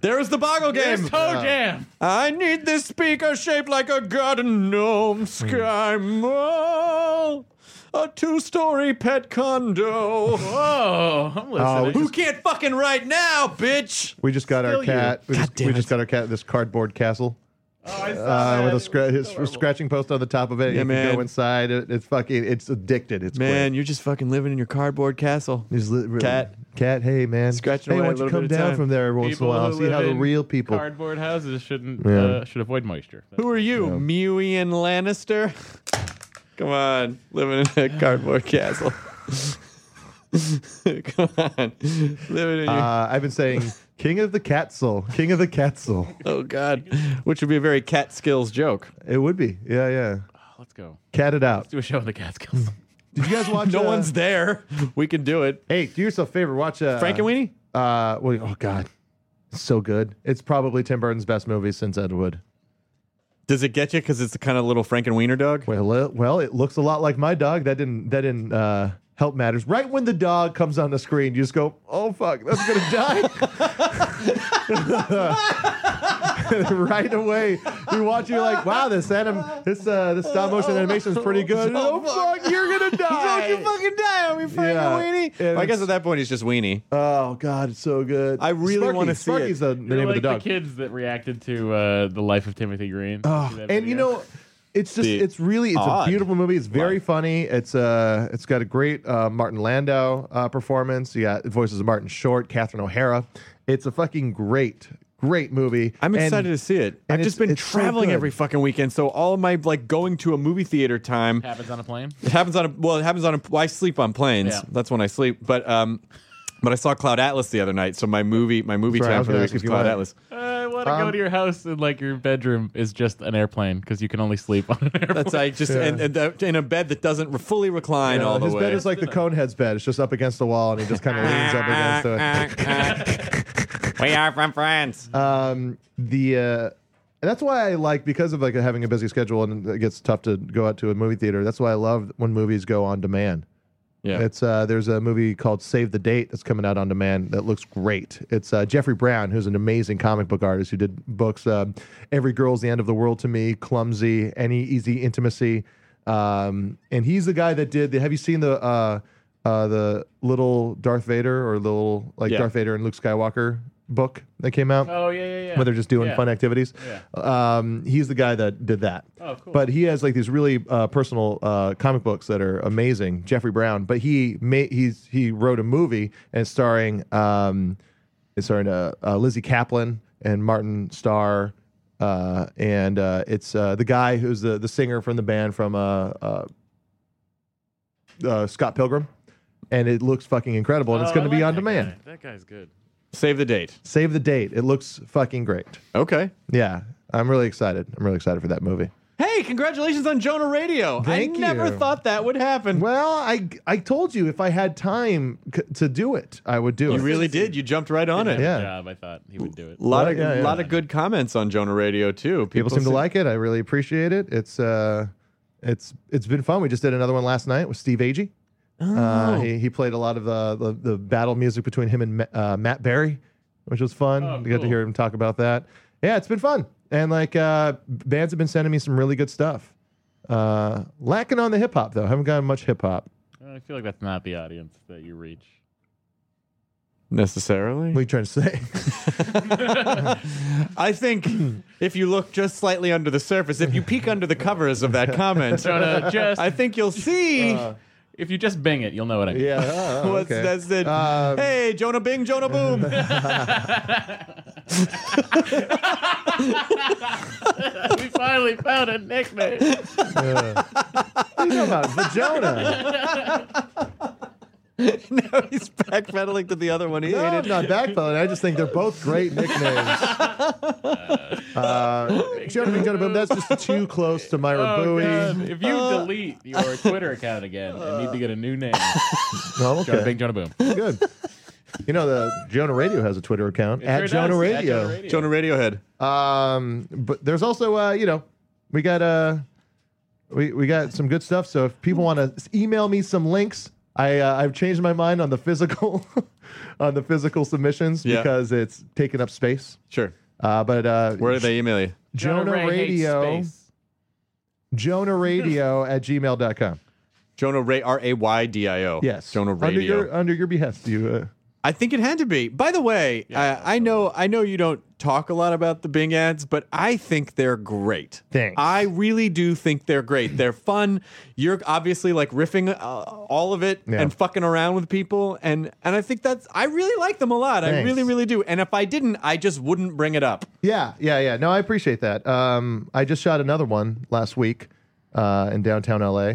Speaker 1: There's the boggle game.
Speaker 2: Toe Jam!
Speaker 1: I need this speaker shaped like a garden gnome. Sky Mall. A two-story pet condo.
Speaker 2: Whoa, I'm listening.
Speaker 1: Who can't fucking write now, bitch?
Speaker 3: Uh, We just got
Speaker 2: Still
Speaker 3: our
Speaker 2: you.
Speaker 3: cat. We,
Speaker 1: God
Speaker 3: just,
Speaker 1: damn
Speaker 3: we
Speaker 1: it.
Speaker 3: just got our cat this cardboard castle
Speaker 2: Oh, I saw
Speaker 3: uh,
Speaker 2: that.
Speaker 3: with
Speaker 2: It
Speaker 3: a
Speaker 2: was
Speaker 3: scratch,
Speaker 2: adorable.
Speaker 3: scratching post on the top of it.
Speaker 1: Yeah,
Speaker 3: you
Speaker 1: man.
Speaker 3: can go inside. It, it's fucking. It's addicted. It's
Speaker 1: Man, you're just fucking living in your cardboard castle.
Speaker 3: Great. He's li- really-
Speaker 1: Cat.
Speaker 3: Cat. Hey man.
Speaker 1: Scratching
Speaker 3: hey,
Speaker 1: away
Speaker 3: why
Speaker 1: a
Speaker 3: don't you
Speaker 1: little
Speaker 3: come
Speaker 1: bit of
Speaker 3: down
Speaker 1: time.
Speaker 3: from there every once
Speaker 2: People
Speaker 3: in a while?
Speaker 2: who
Speaker 3: See how
Speaker 2: live
Speaker 3: the
Speaker 2: in
Speaker 3: real people.
Speaker 2: Cardboard houses shouldn't
Speaker 3: Yeah.
Speaker 2: uh, should avoid moisture.
Speaker 1: Who are you, Mewy and Lannister? [laughs] Come on, living in a cardboard castle. [laughs] Come on, living in your.
Speaker 3: Uh, I've
Speaker 1: [laughs]
Speaker 3: been saying King of the Catsoul. King of the Catsoul.
Speaker 1: oh God, which would be a very cat skills joke.
Speaker 3: It would be. Yeah, yeah.
Speaker 2: Oh, let's go.
Speaker 3: Cat it out.
Speaker 2: Let's do a show in the Catskills.
Speaker 3: Did
Speaker 1: [laughs]
Speaker 3: you guys watch?
Speaker 1: No
Speaker 3: uh,
Speaker 1: one's there. We can do it.
Speaker 3: Hey, do yourself a favor. Watch uh,
Speaker 1: Frank and Weenie.
Speaker 3: Uh, well, oh god, it's so good. It's probably Tim Burton's best movie since Ed Wood.
Speaker 1: Does it get you? Because it's the kind of little Frank and Wiener dog.
Speaker 3: Well, it, well, it looks a lot like my dog. That didn't that didn't uh, help matters. Right when the dog comes on the screen, you just go, "Oh fuck, that's gonna [laughs] die." right away, you watch. You're like, "Wow, this anim, this uh, this stop motion animation is pretty
Speaker 1: [laughs]
Speaker 3: good." Oh, fuck. you're gonna die.
Speaker 1: Don't you fucking die on me, Frank
Speaker 3: Yeah.
Speaker 1: and Weenie.
Speaker 3: And
Speaker 1: Well, I guess
Speaker 3: it's-
Speaker 1: at that point he's just Weenie.
Speaker 3: Oh god, it's so good.
Speaker 1: I really
Speaker 3: Sparky.
Speaker 1: wanna see
Speaker 3: Sparky's
Speaker 1: it.
Speaker 3: the, the
Speaker 2: You're
Speaker 3: name
Speaker 2: like
Speaker 3: of the dog.
Speaker 2: kids that reacted to uh, the life of Timothy Green.
Speaker 3: Oh,
Speaker 2: See that
Speaker 3: and you
Speaker 2: video?
Speaker 3: know, it's just
Speaker 1: The
Speaker 3: it's really it's
Speaker 1: odd
Speaker 3: a beautiful movie. It's very
Speaker 1: life.
Speaker 3: funny. It's uh it's got a great uh, Martin Landau uh, performance. You got voices of Martin Short, Catherine O'Hara. It's a fucking great, great movie.
Speaker 1: I'm
Speaker 3: And-
Speaker 1: excited to see it.
Speaker 3: and
Speaker 1: I've just
Speaker 3: it's-
Speaker 1: been
Speaker 3: it's so
Speaker 1: traveling
Speaker 3: good.
Speaker 1: every fucking weekend, so all of my like going to a movie theater time
Speaker 2: happens on a plane.
Speaker 1: It happens on a well. It happens on a. Well, I sleep on planes.
Speaker 2: Yeah.
Speaker 1: That's when I sleep. But um, but I saw Cloud Atlas the other night. So my movie, my movie
Speaker 3: That's right, I
Speaker 1: time
Speaker 3: was
Speaker 1: for the
Speaker 3: gonna
Speaker 1: week
Speaker 3: ask
Speaker 1: is
Speaker 3: if you
Speaker 1: Cloud
Speaker 3: wanted-
Speaker 1: Atlas.
Speaker 2: Uh, I want to go
Speaker 3: Um,
Speaker 2: to your house and like your bedroom is just an airplane because you can only sleep on an airplane.
Speaker 1: That's I just and, and that- in a bed that doesn't re- fully recline
Speaker 3: Yeah,
Speaker 1: all the
Speaker 3: uh, his
Speaker 1: way.
Speaker 3: bed is like the Conehead's bed. It's just up against the wall, and he just kind of leans
Speaker 1: [laughs]
Speaker 3: up against it.
Speaker 1: we are from France.
Speaker 3: Um, the uh, and that's why I like because of like having a busy schedule, and it gets tough to go out to a movie theater. That's why I love when movies go on demand.
Speaker 1: yeah.
Speaker 3: It's uh, there's a movie called Save the Date that's coming out on demand that looks great. It's uh, Jeffrey Brown, who's an amazing comic book artist who did books um, Every Girl's the End of the World to Me, Clumsy, Any Easy Intimacy, um, and he's the guy that did. The, have you seen the uh, uh, the little Darth Vader or little like
Speaker 1: Yeah.
Speaker 3: Darth Vader and Luke Skywalker book that came out?
Speaker 2: oh yeah, yeah, yeah.
Speaker 3: Where they're just doing
Speaker 2: Yeah.
Speaker 3: fun activities. Um, he's the guy that did that.
Speaker 2: Oh, cool.
Speaker 3: But he has like these really uh, personal uh, comic books that are amazing. Jeffrey Brown, but he made he's he wrote a movie and it's starring um, it's starring uh, uh, Lizzie Kaplan and Martin Starr. Uh, and uh, it's uh, the guy who's the, the singer from the band from uh, uh, uh, Scott Pilgrim, and it looks fucking incredible, and it's
Speaker 2: Oh,
Speaker 3: going
Speaker 2: I
Speaker 3: to be
Speaker 2: like
Speaker 3: on
Speaker 2: that
Speaker 3: demand.
Speaker 2: guy. That guy's good.
Speaker 1: Save the date.
Speaker 3: Save the date. It looks fucking great.
Speaker 1: Okay.
Speaker 3: Yeah, I'm really excited. I'm really excited for that movie.
Speaker 1: Hey, congratulations on Jonah Radio.
Speaker 3: Thank
Speaker 1: I never
Speaker 3: you.
Speaker 1: thought that would happen.
Speaker 3: Well, I I told you if I had time c- to do it, I would do
Speaker 1: you
Speaker 3: it.
Speaker 1: really did. You jumped right on it.
Speaker 2: Good
Speaker 3: Yeah.
Speaker 2: job. I thought he would do it.
Speaker 1: A lot of
Speaker 3: Yeah, yeah.
Speaker 1: lot of good comments on Jonah Radio too.
Speaker 3: People seem to like it. I really appreciate it. It's uh, it's it's been fun. We just did another one last night with Steve Agee. Uh, he, he played a lot of the, the, the battle music between him and Ma- uh, Matt Berry, which was fun.
Speaker 2: Oh,
Speaker 3: We got to
Speaker 2: cool.
Speaker 3: hear him talk about that. Yeah, it's been fun. And like uh, bands have been sending me some really good stuff. Uh, lacking on the hip hop though. Haven't gotten much hip hop.
Speaker 2: I feel like that's not the audience that you reach.
Speaker 1: necessarily.
Speaker 3: What are you trying to say? [laughs]
Speaker 1: I think if you look just slightly under the surface, if you peek under the covers of that comment,
Speaker 2: [laughs] Jonah, just
Speaker 1: I think you'll see.
Speaker 2: if you just bing it, you'll know what I mean. [laughs]
Speaker 3: yeah. uh,
Speaker 1: what's
Speaker 3: okay.
Speaker 1: that's it.
Speaker 3: Um,
Speaker 1: hey, Jonah Bing, Jonah
Speaker 3: [laughs]
Speaker 1: Boom. [laughs]
Speaker 2: we finally found a nickname.
Speaker 3: What are you talking about?
Speaker 2: [laughs]
Speaker 3: Vagina.
Speaker 1: now he's backpedaling to the other one he
Speaker 3: No, I'm
Speaker 1: hated.
Speaker 3: not backpedaling. I just think they're both great nicknames.
Speaker 2: [laughs]
Speaker 3: Uh, Jonah Bing, Jonah Boom, that's just too close to Myra
Speaker 2: Oh,
Speaker 3: Bowie. [laughs]
Speaker 2: God. If you
Speaker 3: Uh.
Speaker 2: delete your Twitter account again and need to get a
Speaker 3: [laughs]
Speaker 2: new name,
Speaker 3: No, Oh, okay.
Speaker 2: Jonah Bing, Jonah Boom. It
Speaker 3: Good. You know the Jonah Radio has a Twitter account at
Speaker 2: sure
Speaker 3: Jonah,
Speaker 2: does. At
Speaker 3: Radio.
Speaker 1: Jonah Radiohead.
Speaker 3: Um, but there's also uh, you know, we got uh, we we got some good stuff. So if people want to email me some links, I uh, I've changed my mind on the physical, [laughs] on the physical submissions
Speaker 1: Yeah.
Speaker 3: because it's taking up space.
Speaker 1: Sure.
Speaker 3: Uh, but uh,
Speaker 1: Where do they email you?
Speaker 3: Jonah, Radio, Jonah Radio at gmail.com.
Speaker 1: Jonah Ray R A Y D I O.
Speaker 3: Yes,
Speaker 1: Jonah
Speaker 3: under
Speaker 1: Radio.
Speaker 3: your under your behest. You uh,
Speaker 1: I think it had to be. By the way, I, I know I know you don't talk a lot about the Bing ads, but I think they're great.
Speaker 3: Thanks.
Speaker 1: I really do think they're great. They're fun. You're obviously like riffing uh, all of it
Speaker 3: Yeah.
Speaker 1: and fucking around with people, and and I think that's I really like them a lot. I
Speaker 3: Thanks.
Speaker 1: really really do. And if I didn't, I just wouldn't bring it up.
Speaker 3: Yeah, yeah, yeah. No, I appreciate that. Um, I just shot another one last week uh, in downtown LA,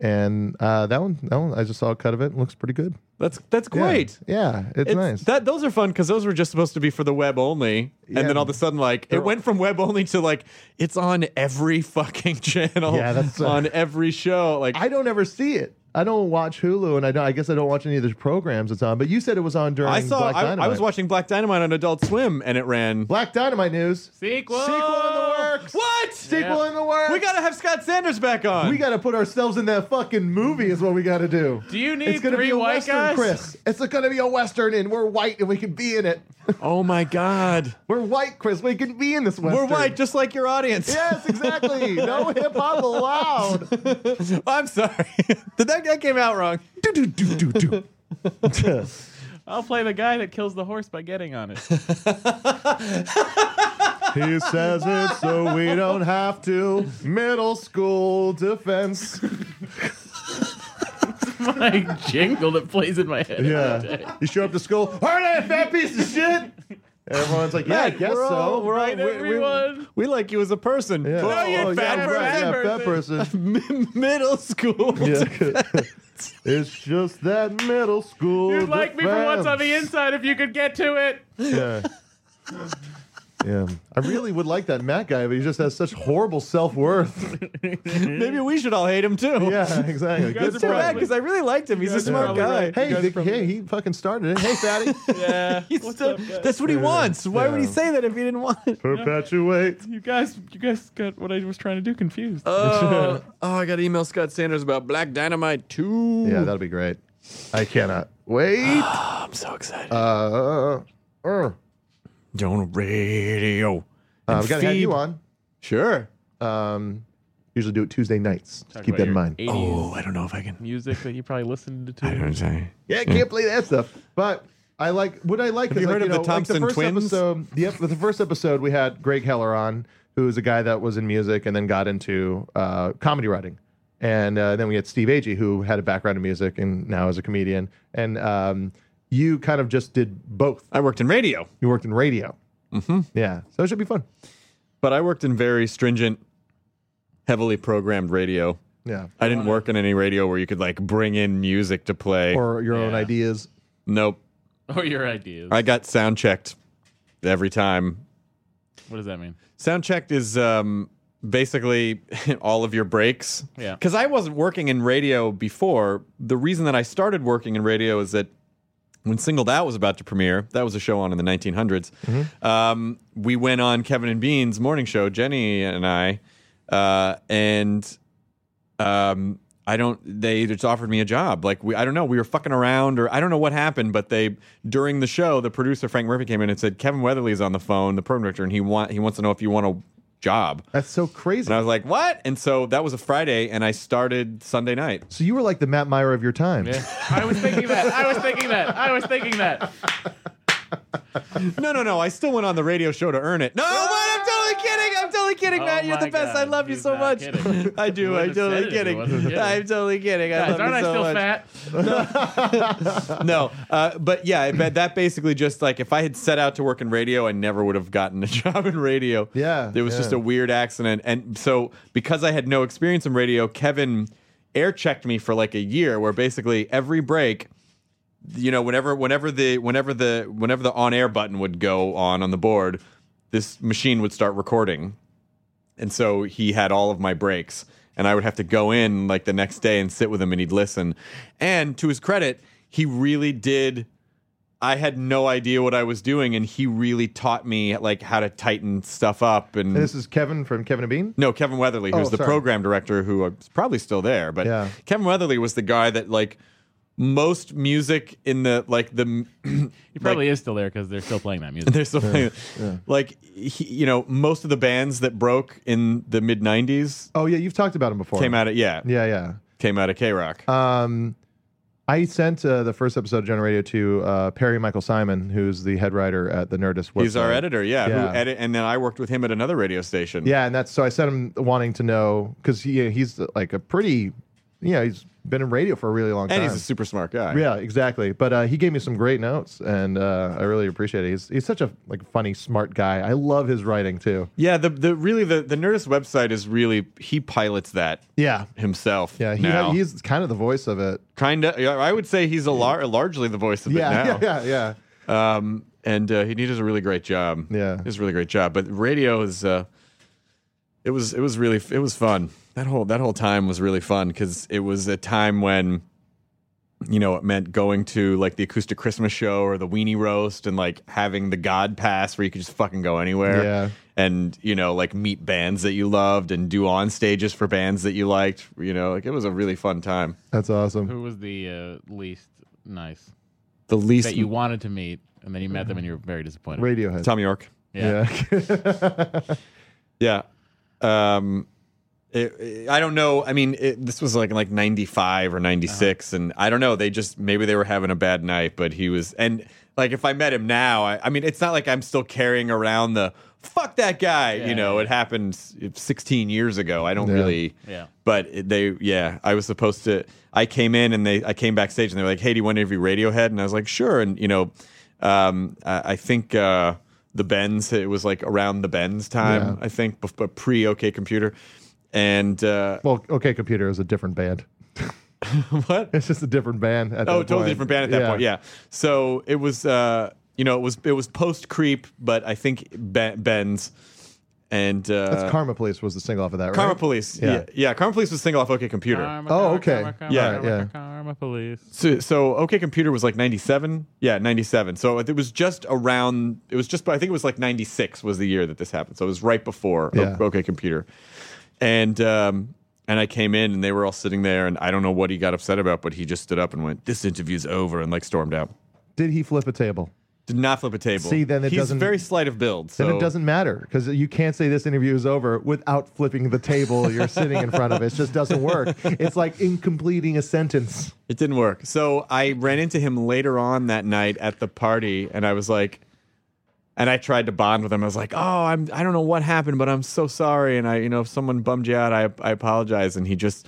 Speaker 3: and uh, that one, that one, I just saw a cut of it. It looks pretty good.
Speaker 1: That's that's
Speaker 3: Yeah.
Speaker 1: great.
Speaker 3: Yeah, it's,
Speaker 1: It's-
Speaker 3: nice.
Speaker 1: That those are fun because those were just supposed to be for the web only,
Speaker 3: Yeah.
Speaker 1: and then all of a sudden, like it went from web only to like it's on every fucking [laughs] channel,
Speaker 3: Yeah, that's, uh,
Speaker 1: on every show. Like
Speaker 3: I don't ever see it. I don't watch Hulu, and I, don't, I guess I don't watch any of the programs it's on. But you said it was on during
Speaker 1: I saw.
Speaker 3: Black
Speaker 1: I,
Speaker 3: Dynamite.
Speaker 1: I was watching Black Dynamite on Adult Swim, and it ran.
Speaker 3: Black Dynamite news.
Speaker 2: Sequel.
Speaker 3: Sequel in the works.
Speaker 1: What?
Speaker 3: Sequel in the works.
Speaker 1: We gotta have Scott Sanders back on.
Speaker 3: We gotta put ourselves in that fucking movie. Is what we gotta do.
Speaker 2: Do you need
Speaker 3: It's gonna
Speaker 2: three
Speaker 3: be a
Speaker 2: white
Speaker 3: western,
Speaker 2: guys?
Speaker 3: Chris. It's gonna be a western, and we're white, and we can be in it.
Speaker 1: oh my God.
Speaker 3: We're white, Chris. We can be in this western.
Speaker 1: We're white, just like your audience.
Speaker 3: Yes, exactly. No hip hop allowed.
Speaker 1: [laughs] I'm sorry. [laughs] Did that, that came out wrong.
Speaker 3: Do, do,
Speaker 1: [laughs]
Speaker 3: do, do, do.
Speaker 2: I'll play the guy that kills the horse by getting on it.
Speaker 3: he says it so we don't have to. Middle school defense.
Speaker 2: [laughs] like jingle that plays in my head.
Speaker 3: Yeah. You show up to school, aren't I a fat piece of shit? Everyone's like, yeah, I guess
Speaker 1: we're
Speaker 3: so.
Speaker 1: All, we're all,
Speaker 2: Right,
Speaker 1: we- we-
Speaker 2: everyone.
Speaker 1: We, like you as a person.
Speaker 3: yeah.
Speaker 1: No,
Speaker 3: Oh,
Speaker 1: you're
Speaker 3: yeah,
Speaker 1: fat
Speaker 3: right,
Speaker 1: person.
Speaker 3: yeah, fat person.
Speaker 1: M- middle school.
Speaker 2: [laughs]
Speaker 3: Yeah. it's just that middle school.
Speaker 2: You'd like me for what's on the inside if you could get to it.
Speaker 3: Yeah. [laughs] Yeah. I really would like that Matt guy, but he just has such horrible self worth.
Speaker 1: [laughs] Maybe we should all hate him too.
Speaker 3: [laughs]
Speaker 1: [laughs]
Speaker 3: yeah, exactly.
Speaker 2: guys
Speaker 3: Good
Speaker 2: are
Speaker 1: Too bad
Speaker 3: point.
Speaker 1: because I really liked him. He's a
Speaker 2: guys are
Speaker 1: smart
Speaker 2: probably
Speaker 1: guy.
Speaker 2: right.
Speaker 3: Hey,
Speaker 2: guys
Speaker 3: the-
Speaker 2: from-
Speaker 3: hey, he fucking started it. Hey, fatty.
Speaker 1: [laughs]
Speaker 2: [laughs] Yeah. [laughs] what's up, guys?
Speaker 1: That's what he wants. Why would he
Speaker 3: Yeah.
Speaker 1: say that if he didn't want it?
Speaker 3: Perpetuate.
Speaker 2: You guys, you guys got what I was trying to do confused.
Speaker 1: Oh, oh, I got to email Scott Sanders about Black Dynamite 2.
Speaker 3: Yeah, that'll be great. I cannot
Speaker 2: [sighs]
Speaker 3: wait.
Speaker 1: I'm so excited.
Speaker 3: Uh, uh, uh,
Speaker 1: Don't radio.
Speaker 3: uh, we gotta have
Speaker 1: Phoebe.
Speaker 3: you on.
Speaker 1: Sure.
Speaker 3: Um, usually do it Tuesday nights. Just
Speaker 2: Talk
Speaker 3: keep
Speaker 2: about
Speaker 3: that in
Speaker 2: your
Speaker 3: mind.
Speaker 2: 80s
Speaker 1: Oh, I don't know if I can.
Speaker 2: music that you probably listened
Speaker 1: [laughs]
Speaker 2: to.
Speaker 1: I don't say.
Speaker 3: Yeah, I can't play that stuff. But I like what I like.
Speaker 1: Mm. Have
Speaker 3: is
Speaker 1: you
Speaker 3: like,
Speaker 1: heard of
Speaker 3: know,
Speaker 1: the Thompson
Speaker 3: like the first
Speaker 1: twins?
Speaker 3: Episode, yep, the first episode we had Greg Heller on, who is a guy that was in music and then got into uh, comedy writing, and uh, then we had Steve Agee, who had a background in music and now is a comedian. And um, you kind of just did both.
Speaker 1: I worked in radio,
Speaker 3: You worked in radio. Mm-hmm. Yeah, so it should be fun.
Speaker 1: but I worked in very stringent, heavily programmed radio.
Speaker 3: Yeah,
Speaker 1: I didn't work in any radio where you could like bring in music to play.
Speaker 3: or your own
Speaker 2: Yeah.
Speaker 3: ideas.
Speaker 1: nope.
Speaker 2: [laughs] Or your ideas.
Speaker 1: I got sound checked every time.
Speaker 2: What does that mean?
Speaker 1: Sound checked is um basically [laughs] all of your breaks.
Speaker 2: Yeah.
Speaker 1: Because I wasn't working in radio before. The reason that I started working in radio is that when Singled Out was about to premiere, that was a show on in the 1900s. Um, we went on Kevin and Bean's morning show, Jenny and I, uh, and um, I don't. They just offered me a job. Like we, I don't know. We were fucking around, or I don't know what happened. But they during the show, the producer Frank Murphy came in and said, "Kevin Weatherly's on the phone, the program director, and he want he wants to know if you want a job."
Speaker 3: That's so crazy.
Speaker 1: And I was like, "What?" And so that was a Friday, and I started Sunday night.
Speaker 3: so you were like the Matt Meyer of your time.
Speaker 2: Yeah. I was thinking that. I was thinking that. I was thinking that.
Speaker 1: No, no, no. I still went on the radio show to earn it.
Speaker 2: [laughs]
Speaker 1: No, what? I'm totally kidding. I'm totally kidding,
Speaker 2: Oh
Speaker 1: Matt. You're the
Speaker 2: my
Speaker 1: best. I
Speaker 2: God.
Speaker 1: love you
Speaker 2: He's
Speaker 1: so
Speaker 2: not
Speaker 1: much.
Speaker 2: kidding.
Speaker 1: [laughs] I do. I'm
Speaker 2: wouldn't have
Speaker 1: totally
Speaker 2: said it if he
Speaker 1: kidding.
Speaker 2: wasn't
Speaker 1: [laughs]
Speaker 2: kidding.
Speaker 1: I'm totally kidding. I love
Speaker 2: Aren't
Speaker 1: you
Speaker 2: I
Speaker 1: so
Speaker 2: still
Speaker 1: much.
Speaker 2: fat?
Speaker 1: No, uh, but yeah, but that basically just like if I had set out to work in radio, I never would have gotten a [laughs] job in radio.
Speaker 3: Yeah,
Speaker 1: it was
Speaker 3: yeah.
Speaker 1: just a weird accident, and so because I had no experience in radio, Kevin air checked me for like a year, where basically every break, you know, whenever whenever the whenever the whenever the on air button would go on on the board, this machine would start recording, and so he had all of my breaks and i would have to go in like the next day and sit with him and he'd listen and to his credit he really did i had no idea what i was doing and he really taught me like how to tighten stuff up and,
Speaker 3: And this is Kevin from Kevin and Bean.
Speaker 1: no kevin weatherly who's
Speaker 3: Oh,
Speaker 1: the
Speaker 3: sorry.
Speaker 1: program director who uh, is probably still there but
Speaker 3: Yeah.
Speaker 1: kevin weatherly was the guy that like most music in the like the
Speaker 2: He probably is still there because they're still playing that
Speaker 1: [clears throat] [laughs]
Speaker 2: music.
Speaker 1: There's something like he, you know most of the bands that broke in the mid '90s
Speaker 3: Oh yeah, you've talked about him before.
Speaker 1: came out of yeah
Speaker 3: Yeah, yeah.
Speaker 1: came out of K Rock.
Speaker 3: Um, I sent uh, the first episode of Gen Radio to uh, Perry Michael Simon, who's the head writer at the Nerdist. Website.
Speaker 1: He's our editor, yeah.
Speaker 3: Yeah.
Speaker 1: Who edit, and then I worked with him at another radio station.
Speaker 3: Yeah, and that's so I sent him wanting to know because he he's like a pretty, you know, he's been in radio for a really long
Speaker 1: and
Speaker 3: time.
Speaker 1: he's a super smart guy.
Speaker 3: yeah, exactly. But uh, he gave me some great notes, and uh, I really appreciate it. He's, he's such a like funny, smart guy. I love his writing too.
Speaker 1: yeah. The the really the the Nerdist website is really he pilots that
Speaker 3: Yeah,
Speaker 1: himself.
Speaker 3: yeah. He,
Speaker 1: now.
Speaker 3: he's kind of the voice of it.
Speaker 1: kind of. I would say he's a lar- largely the voice of
Speaker 3: Yeah, [laughs]
Speaker 1: it now.
Speaker 3: yeah, yeah, yeah.
Speaker 1: Um, and uh, he he does a really great job.
Speaker 3: Yeah.
Speaker 1: he does a really great job. But radio is uh, it was it was really it was fun. That whole that whole time was really fun because it was a time when you know it meant going to like the acoustic Christmas show or the weenie roast and like having the God pass where you could just fucking go anywhere.
Speaker 3: Yeah.
Speaker 1: And you know, like meet bands that you loved and do on stages for bands that you liked. You know, like it was a really fun time.
Speaker 3: That's awesome.
Speaker 2: Who was the uh, least nice
Speaker 1: The least
Speaker 2: that you wanted to meet, and then you met them and you were very disappointed?
Speaker 3: Radiohead.
Speaker 1: Tom York.
Speaker 3: yeah.
Speaker 1: [laughs] Yeah. Um, it, it- I don't know. I mean, it, this was like in, like 95 or 96 and I don't know. They just maybe they were having a bad night, but he was and like if I met him now, I, I mean, it's not like I'm still carrying around the fuck that guy, you know. It happened s- 16 years ago. I don't really
Speaker 2: Yeah.
Speaker 1: But it- they yeah, I was supposed to I came in and they I came backstage and they were like, "Hey, do you want to interview Radiohead?" And I was like, "Sure." And you know, um I, I think uh the Bends, it was like around the Bends time, I think, bef- but pre OK Computer. And uh,
Speaker 3: Well, okay, computer is a different band.
Speaker 1: [laughs] what?
Speaker 3: It's just a different band. At
Speaker 1: Oh,
Speaker 3: that
Speaker 1: totally
Speaker 3: point.
Speaker 1: different band at that point. Yeah. So it was, uh, you know, it was it was post Creep, but I think Ben- Ben's and uh,
Speaker 3: That's Karma Police was the single off of that, right?
Speaker 1: Karma Police. Yeah.
Speaker 3: Yeah.
Speaker 1: yeah, Karma Police was single off OK Computer.
Speaker 2: Karma,
Speaker 3: Oh,
Speaker 2: karma,
Speaker 3: okay.
Speaker 2: karma, karma,
Speaker 1: Yeah,
Speaker 2: karma,
Speaker 3: yeah.
Speaker 2: Karma police.
Speaker 1: So, so OK Computer was like 97? Yeah, 97. So it was just around, it was just, I think it was like 96 was the year that this happened. So it was right before O-
Speaker 3: Yeah.
Speaker 1: OK Computer. And, um, and I came in and they were all sitting there and I don't know what he got upset about, but he just stood up and went, this interview's over and like stormed out.
Speaker 3: Did he flip a table?
Speaker 1: Did not flip a table.
Speaker 3: See, then it
Speaker 1: He's
Speaker 3: doesn't-
Speaker 1: very slight of build. So
Speaker 3: Then it doesn't matter because you can't say this interview is over without flipping the table you're sitting in front of. It just doesn't work. It's like incompleting a sentence.
Speaker 1: It didn't work. So I ran into him later on that night at the party, and I was like, and I tried to bond with him. I was like, "Oh, I'm I don't know what happened, but I'm so sorry." And I, you know, if someone bummed you out, I I apologize. And he just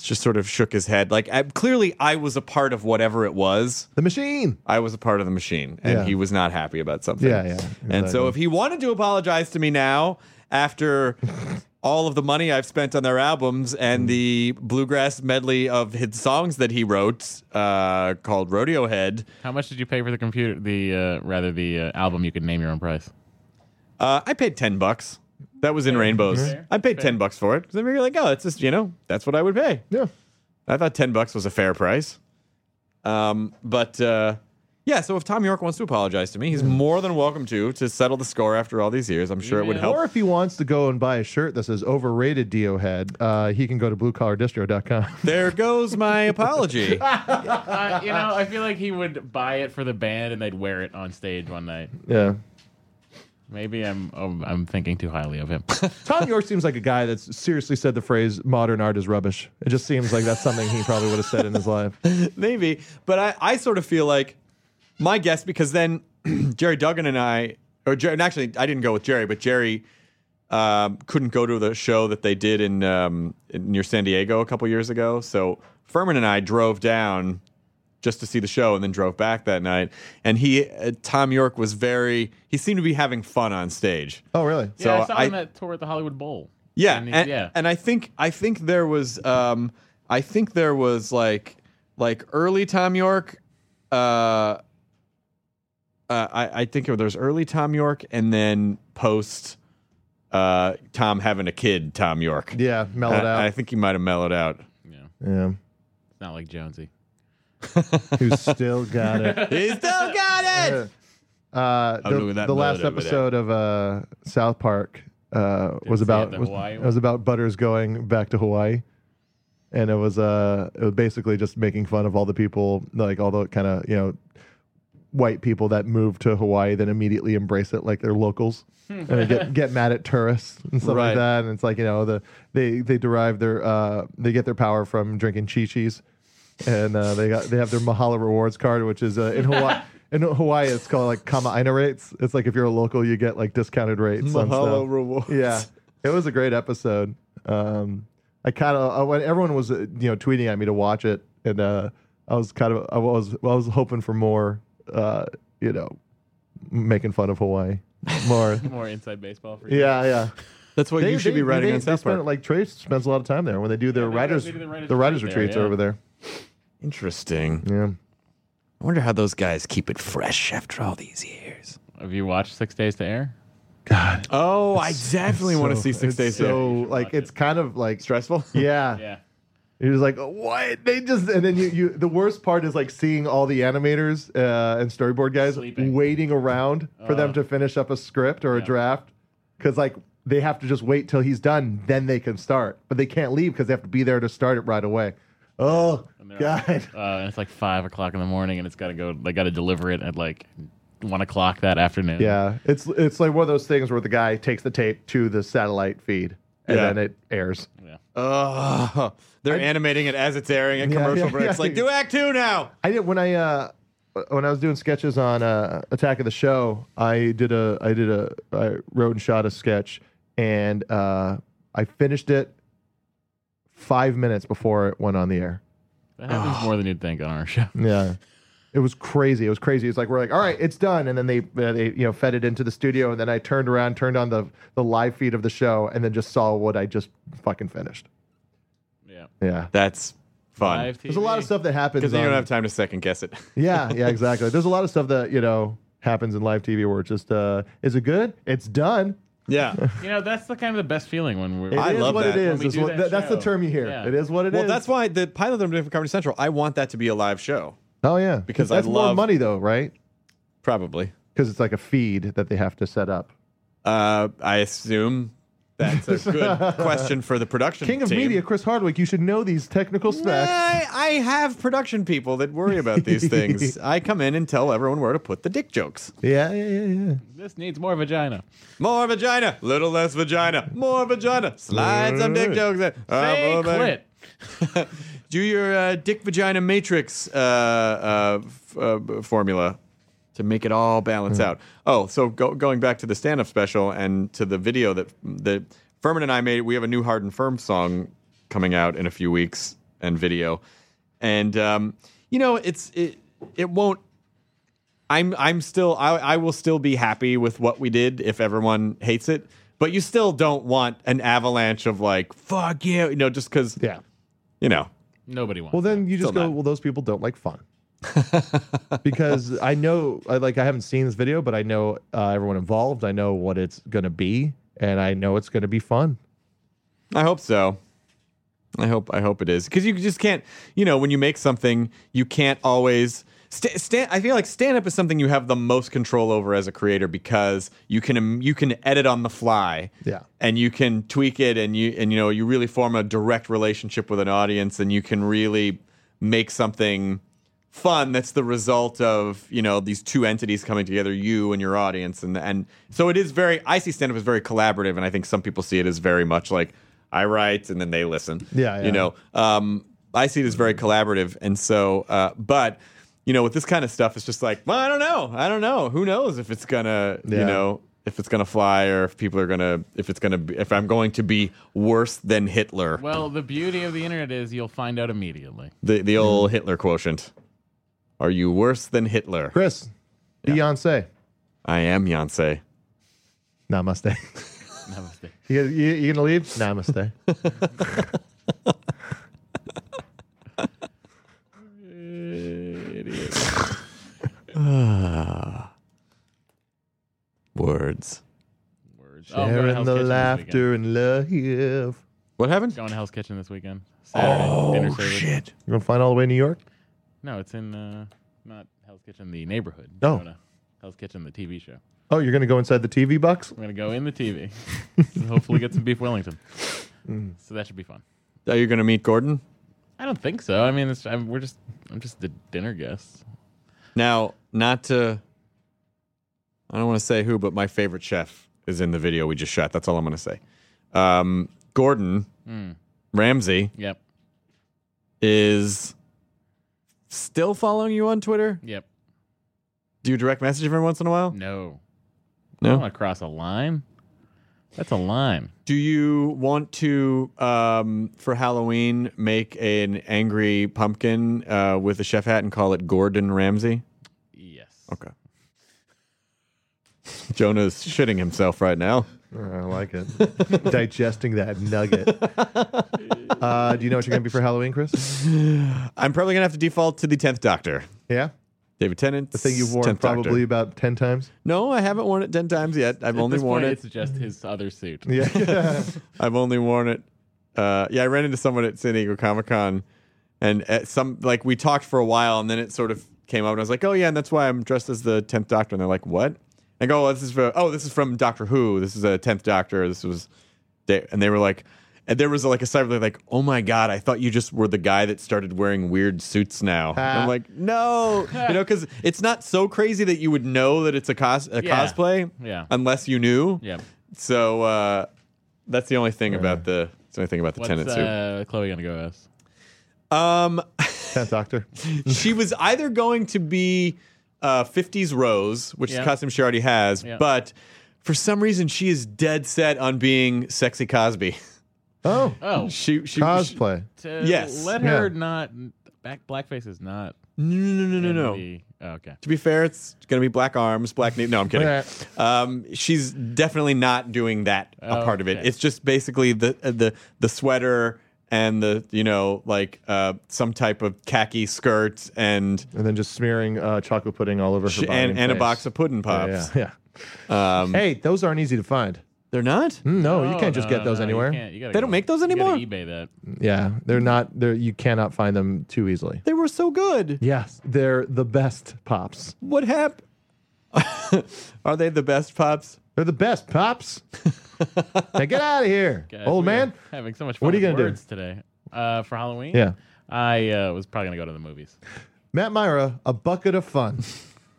Speaker 1: just sort of shook his head. Like I, clearly, I was a part of whatever it was.
Speaker 3: The machine.
Speaker 1: I was a part of the machine, and
Speaker 3: Yeah.
Speaker 1: he was not happy about something.
Speaker 3: Yeah, yeah,
Speaker 1: And so
Speaker 3: exactly.
Speaker 1: if he wanted to apologize to me now after [laughs] all of the money I've spent on their albums
Speaker 3: Mm.
Speaker 1: and the bluegrass medley of his songs that he wrote uh, called Rodeo Head,
Speaker 2: How much did you pay for the computer? The uh, rather the uh, album you could name your own price.
Speaker 1: uh, I paid ten bucks. That was in rainbows.
Speaker 2: Fair.
Speaker 1: I paid ten bucks for it because we were like, oh, it's just you know, that's what I would pay.
Speaker 3: Yeah.
Speaker 1: I thought ten bucks was a fair price. Um, but uh, yeah, so if Tom York wants to apologize to me, he's more than welcome to to settle the score after all these years. I'm sure it would
Speaker 3: Or
Speaker 1: help.
Speaker 3: if he wants to go and buy a shirt that says overrated Dio head, uh, he can go to bluecollardistro.com.
Speaker 1: There goes my
Speaker 3: [laughs]
Speaker 1: apology.
Speaker 2: Uh, you know, I feel like he would buy it for the band and they'd wear it on stage one night.
Speaker 3: yeah.
Speaker 2: Maybe I'm um, I'm thinking too highly [laughs] of him.
Speaker 3: Tom York seems like a guy that's seriously said the phrase modern art is rubbish. It just seems like that's something he probably would have said in his life.
Speaker 1: [laughs] Maybe, but I, I sort of feel like my guess because then [clears throat] Jerry Duggan and I, or Jerry, and actually I didn't go with Jerry, but Jerry um, couldn't go to the show that they did in, um, in near San Diego a couple years ago. So Furman and I drove down just to see the show and then drove back that night. And he, uh, Tom York, was very he seemed to be having fun on stage.
Speaker 3: Oh, really?
Speaker 1: So
Speaker 2: yeah, I saw him
Speaker 1: I-
Speaker 2: at tour at the Hollywood Bowl.
Speaker 1: Yeah,
Speaker 2: And
Speaker 1: and,
Speaker 2: he- yeah.
Speaker 1: and I think I think there was um I think there was like like early Tom York uh, uh I I think there's early Tom York and then post uh Tom having a kid Tom York.
Speaker 3: Yeah, mellowed
Speaker 1: I, I
Speaker 3: out.
Speaker 1: think he might have mellowed out.
Speaker 3: yeah.
Speaker 2: It's not like Jonesy.
Speaker 3: Who's still got it.
Speaker 1: [laughs] He still got it.
Speaker 3: Uh,
Speaker 1: I'm
Speaker 3: the
Speaker 1: doing that
Speaker 3: the
Speaker 1: blood
Speaker 3: last
Speaker 1: over there.
Speaker 3: episode of uh, South Park uh, was
Speaker 2: it
Speaker 3: about
Speaker 2: the
Speaker 3: was,
Speaker 2: Hawaii
Speaker 3: it
Speaker 2: one?
Speaker 3: was about Butters going back to Hawaii, and it was uh it was basically just making fun of all the people like all the kind of you know white people that move to Hawaii then immediately embrace it like they're locals and
Speaker 1: [laughs]
Speaker 3: they get, get mad at tourists and stuff
Speaker 1: Hmm. Right.
Speaker 3: like that and it's like you know the they they derive their uh they get their power from drinking chichis and uh, they got they have their Mahala rewards card which is uh, in
Speaker 1: [laughs]
Speaker 3: Hawaii in Hawaii it's called like Kamaaina rates it's like if you're a local you get like discounted rates on
Speaker 1: Mahalo
Speaker 3: stuff.
Speaker 1: rewards.
Speaker 3: Yeah, it was a great episode. Um, I kind of when everyone was uh, you know tweeting at me to watch it, and uh, I was kind of I was I was hoping for more, uh, you know, making fun of Hawaii
Speaker 1: [laughs]
Speaker 3: more.
Speaker 2: More inside baseball for you.
Speaker 3: yeah, yeah.
Speaker 1: That's what you should be writing
Speaker 3: they,
Speaker 1: on
Speaker 3: they
Speaker 1: South
Speaker 3: spend,
Speaker 1: Park.
Speaker 3: Like Trey spends a lot of time there when they do their
Speaker 2: they do-
Speaker 3: writers
Speaker 2: they do the writers'
Speaker 3: the writers
Speaker 2: retreat there,
Speaker 3: retreats
Speaker 2: yeah.
Speaker 3: over there.
Speaker 1: Interesting.
Speaker 3: Yeah.
Speaker 1: I wonder how those guys keep it fresh after all these years.
Speaker 2: Have you watched Six Days to Air?
Speaker 1: Oh, I definitely want to see Six
Speaker 3: it's
Speaker 1: Days.
Speaker 3: So
Speaker 1: Later.
Speaker 3: like it's kind of like
Speaker 1: stressful. [laughs]
Speaker 3: Yeah. He was like, "What?" They just and then you you the worst part is like seeing all the animators uh, and storyboard guys
Speaker 2: Sleeping. Uh.
Speaker 3: waiting around for them to finish up a script or a draft because like they have to just wait till he's done, then they can start, but they can't leave because they have to be there to start it right away. Oh
Speaker 2: they're-
Speaker 3: God!
Speaker 2: Uh, and it's like five o'clock in the morning, and it's got to go. They got to deliver it at like one o'clock that
Speaker 3: [laughs]
Speaker 2: afternoon.
Speaker 3: Yeah, it's it's like one of those things where the guy takes the tape to the satellite feed and
Speaker 1: Yeah.
Speaker 3: then it airs.
Speaker 1: Oh, they're animating it as it's airing and
Speaker 3: Yeah,
Speaker 1: commercial
Speaker 3: yeah,
Speaker 1: breaks.
Speaker 3: yeah.
Speaker 1: Like, do act two now.
Speaker 3: I did when I uh when I was doing sketches on uh Attack of the Show, I did a I did a I wrote and shot a sketch and uh I finished it 5 minutes before it went on the air.
Speaker 2: that happens [sighs] more than you'd think on our show.
Speaker 3: Yeah. It was crazy. It was crazy. It's like we're like, all right, it's done, and then they uh, they you know fed it into the studio, and then I turned around, turned on the the live feed of the show, and then just saw what I just fucking finished.
Speaker 2: Yeah.
Speaker 3: Yeah,
Speaker 1: That's fun
Speaker 2: Live
Speaker 3: there's a lot of
Speaker 2: TV.
Speaker 3: stuff that happens
Speaker 1: because you
Speaker 3: on-
Speaker 1: don't have time to second guess
Speaker 3: [laughs]
Speaker 1: it.
Speaker 3: Yeah, yeah, exactly. There's a lot of stuff that you know happens in live TV where it's just, uh, is it good? It's done.
Speaker 1: yeah.
Speaker 2: You know, that's the kind of the best feeling when we're.
Speaker 3: It is
Speaker 1: I love
Speaker 3: what
Speaker 1: that.
Speaker 3: it is.
Speaker 2: When we
Speaker 3: is
Speaker 2: do
Speaker 3: what-
Speaker 2: that
Speaker 3: th- that's the
Speaker 2: show.
Speaker 3: term you hear.
Speaker 2: Yeah.
Speaker 3: It is what it is.
Speaker 1: Well, that's why the pilot that I'm doing for Comedy Central. I want that to be a live show,
Speaker 3: oh yeah,
Speaker 1: because I
Speaker 3: that's more
Speaker 1: love-
Speaker 3: money though, right?
Speaker 1: probably.
Speaker 3: Because it's like a feed that they have to set up.
Speaker 1: Uh, I assume that's a
Speaker 3: [laughs]
Speaker 1: good question for the production
Speaker 3: King of
Speaker 1: team.
Speaker 3: Media, Chris Hardwick. You should know these technical specs.
Speaker 1: I, I have production people that worry about these
Speaker 3: [laughs]
Speaker 1: things. I come in and tell everyone where to put the dick jokes.
Speaker 3: Yeah, yeah, yeah, yeah.
Speaker 2: This needs more vagina.
Speaker 1: More vagina, little less vagina, more vagina. Slide some dick jokes in. Uh,
Speaker 2: Say
Speaker 1: more vagina.
Speaker 2: clit.
Speaker 1: Do your uh, dick vagina matrix uh, uh, f- uh, formula to make it all balance out. Oh, so go- going back to the stand up special and to the video that that Furman and I made, we have a new Hard and Firm song coming out in a few weeks and video, and um, you know it's it it won't. I'm I'm still I, I will still be happy with what we did if everyone hates it, but you still don't want an avalanche of like fuck you, you know, just because
Speaker 3: Yeah.
Speaker 1: you know
Speaker 2: Nobody wants.
Speaker 3: Well, then you just
Speaker 1: Still
Speaker 3: go.
Speaker 1: not.
Speaker 3: Well, those people don't like fun. [laughs] because I know, I, like, I haven't seen this video, but I know uh, everyone involved. I know what it's going to be, and I know it's going to be fun.
Speaker 1: I hope so. I hope I hope it is because you just can't. You know, when you make something, you can't always. St- stand, I feel like stand up is something you have the most control over as a creator because you can um, you can edit on the fly,
Speaker 3: Yeah.
Speaker 1: and you can tweak it, and you and you know you really form a direct relationship with an audience, and you can really make something fun that's the result of you know these two entities coming together you and your audience and and so it is very i see stand up as very collaborative and i think some people see it as very much like i write and then they listen
Speaker 3: Yeah, yeah.
Speaker 1: you know um i see it as very collaborative and so uh but you know with this kind of stuff it's just like well i don't know i don't know who knows if it's gonna
Speaker 3: Yeah.
Speaker 1: you know if it's gonna fly or if people are gonna if it's gonna be, if i'm going to be worse than hitler
Speaker 2: Well, the beauty of the internet is you'll find out immediately. [laughs]
Speaker 1: the the
Speaker 3: Mm-hmm.
Speaker 1: old hitler quotient are you worse than hitler
Speaker 3: Chris, Beyonce,
Speaker 1: I am Yonsei.
Speaker 3: Namaste. [laughs]
Speaker 2: Namaste.
Speaker 3: you, you, you gonna leave? [laughs] Namaste.
Speaker 2: Oh,
Speaker 1: [sighs] Words.
Speaker 2: Words. Oh, I'm going to
Speaker 3: Sharing the
Speaker 2: Hell's Kitchen this weekend.
Speaker 3: laughter and love. You're
Speaker 1: What happened?
Speaker 2: Going to Hell's Kitchen this weekend. Saturday.
Speaker 3: Oh,
Speaker 2: dinner service.
Speaker 3: gonna find all the way in New York.
Speaker 2: No, it's in uh, not Hell's Kitchen, the neighborhood.
Speaker 3: Oh.
Speaker 2: Going to Hell's Kitchen, the TV show.
Speaker 3: Oh, you're gonna go inside the TV box.
Speaker 2: I'm gonna go in the TV. [laughs] and hopefully get some beef Wellington.
Speaker 3: Mm.
Speaker 2: So that should be fun.
Speaker 1: Are you going to meet Gordon?
Speaker 2: I don't think so. I mean, it's, I'm, we're just I'm just the dinner guest.
Speaker 1: Now, not to. I don't want to say who, but my favorite chef is in the video we just shot. That's all I'm going to say. Um, Gordon
Speaker 2: Hmm.
Speaker 1: Ramsay
Speaker 2: Yep.
Speaker 1: is still following you on Twitter.
Speaker 2: Yep.
Speaker 1: Do you direct message him every once in a while?
Speaker 2: No.
Speaker 1: No?
Speaker 2: I don't want to cross a line. That's a lime.
Speaker 1: Do you want to, um, for Halloween, make an angry pumpkin uh, with a chef hat and call it Gordon Ramsay?
Speaker 2: Yes.
Speaker 1: Okay. [laughs] Jonah's shitting himself right now.
Speaker 3: Oh, I like it. [laughs] Digesting that
Speaker 2: [laughs]
Speaker 3: nugget. Uh, do you know what you're gonna be for Halloween, Chris?
Speaker 1: I'm probably gonna have to default to the tenth Doctor,
Speaker 3: Yeah,
Speaker 1: David Tennant.
Speaker 3: the thing you've worn probably about ten times.
Speaker 1: No, I haven't worn it ten times yet. I've
Speaker 2: At
Speaker 1: only
Speaker 2: this
Speaker 1: worn
Speaker 2: point,
Speaker 1: it.
Speaker 2: It's just his other suit.
Speaker 3: Yeah,
Speaker 1: [laughs] I've only worn it. Uh, yeah, I ran into someone at San Diego Comic Con, and at some like we talked for a while, and then it sort of came up, and I was like, "Oh yeah," and that's why I'm dressed as the tenth Doctor. And they're like, "What?" I go, "Oh, this is for oh, this is from Doctor Who. This is a tenth Doctor. This was," they, and they were like, and there was like a cyber they're like, "Oh my god, I thought you just were the guy that started wearing weird suits now." And I'm like, "No," you know, because it's not so crazy that you would know that it's a cos a
Speaker 2: Yeah.
Speaker 1: cosplay,
Speaker 2: Yeah.
Speaker 1: unless you knew,
Speaker 2: Yep.
Speaker 1: so uh, that's the only thing about the that's the only thing about the
Speaker 2: What's
Speaker 1: tenant suit.
Speaker 2: uh, Chloe gonna go as?
Speaker 1: Um,
Speaker 3: tenth
Speaker 2: [laughs]
Speaker 3: Doctor.
Speaker 1: she was either going to be uh, 50s Rose, which is
Speaker 2: Yeah.
Speaker 1: a costume she already has,
Speaker 2: Yeah.
Speaker 1: but for some reason she is dead set on being sexy Cosby. [laughs]
Speaker 3: Oh,
Speaker 2: Oh,
Speaker 1: she she
Speaker 3: cosplay.
Speaker 2: to
Speaker 1: Yes.
Speaker 2: Let her
Speaker 3: Yeah.
Speaker 2: not back. Blackface is not.
Speaker 1: she- no no no
Speaker 2: gonna
Speaker 1: no no.
Speaker 2: be- oh, okay.
Speaker 1: To be fair, it's gonna be black arms, black knee. No, I'm kidding.
Speaker 3: Okay.
Speaker 1: Um, she's definitely not doing that a part of it.
Speaker 2: Oh, Okay.
Speaker 1: It's just basically the uh, the the sweater and the you know like uh, some type of khaki skirt and
Speaker 3: And then just smearing uh, chocolate pudding all over her
Speaker 1: sh-
Speaker 3: body
Speaker 1: and, and a
Speaker 3: face.
Speaker 1: box of pudding Um,
Speaker 3: Yeah,
Speaker 1: pops.
Speaker 3: Yeah, yeah. hey, those aren't easy to find.
Speaker 1: [laughs] They're not.
Speaker 3: Mm, No, you
Speaker 2: No,
Speaker 3: can't just
Speaker 2: no,
Speaker 3: get those
Speaker 2: no, Uh, you
Speaker 3: anywhere.
Speaker 2: can't. You gotta
Speaker 1: They don't
Speaker 2: go-
Speaker 1: make those
Speaker 2: you gotta
Speaker 1: anymore?
Speaker 2: eBay that.
Speaker 3: Yeah, they're not. They're you cannot find them too easily.
Speaker 1: They were so good.
Speaker 3: Yes, they're the best pops.
Speaker 1: What happened? [laughs] Are they the best pops?
Speaker 3: They're the best pops. now get out of here,
Speaker 2: [laughs] Guys,
Speaker 3: old
Speaker 2: we are
Speaker 3: man.
Speaker 2: having so much fun.
Speaker 3: What are you
Speaker 2: with
Speaker 3: gonna do?
Speaker 2: words today? Uh, for Halloween?
Speaker 3: Yeah.
Speaker 2: I uh, was probably gonna go to the movies.
Speaker 3: Matt Myra, a bucket of fun.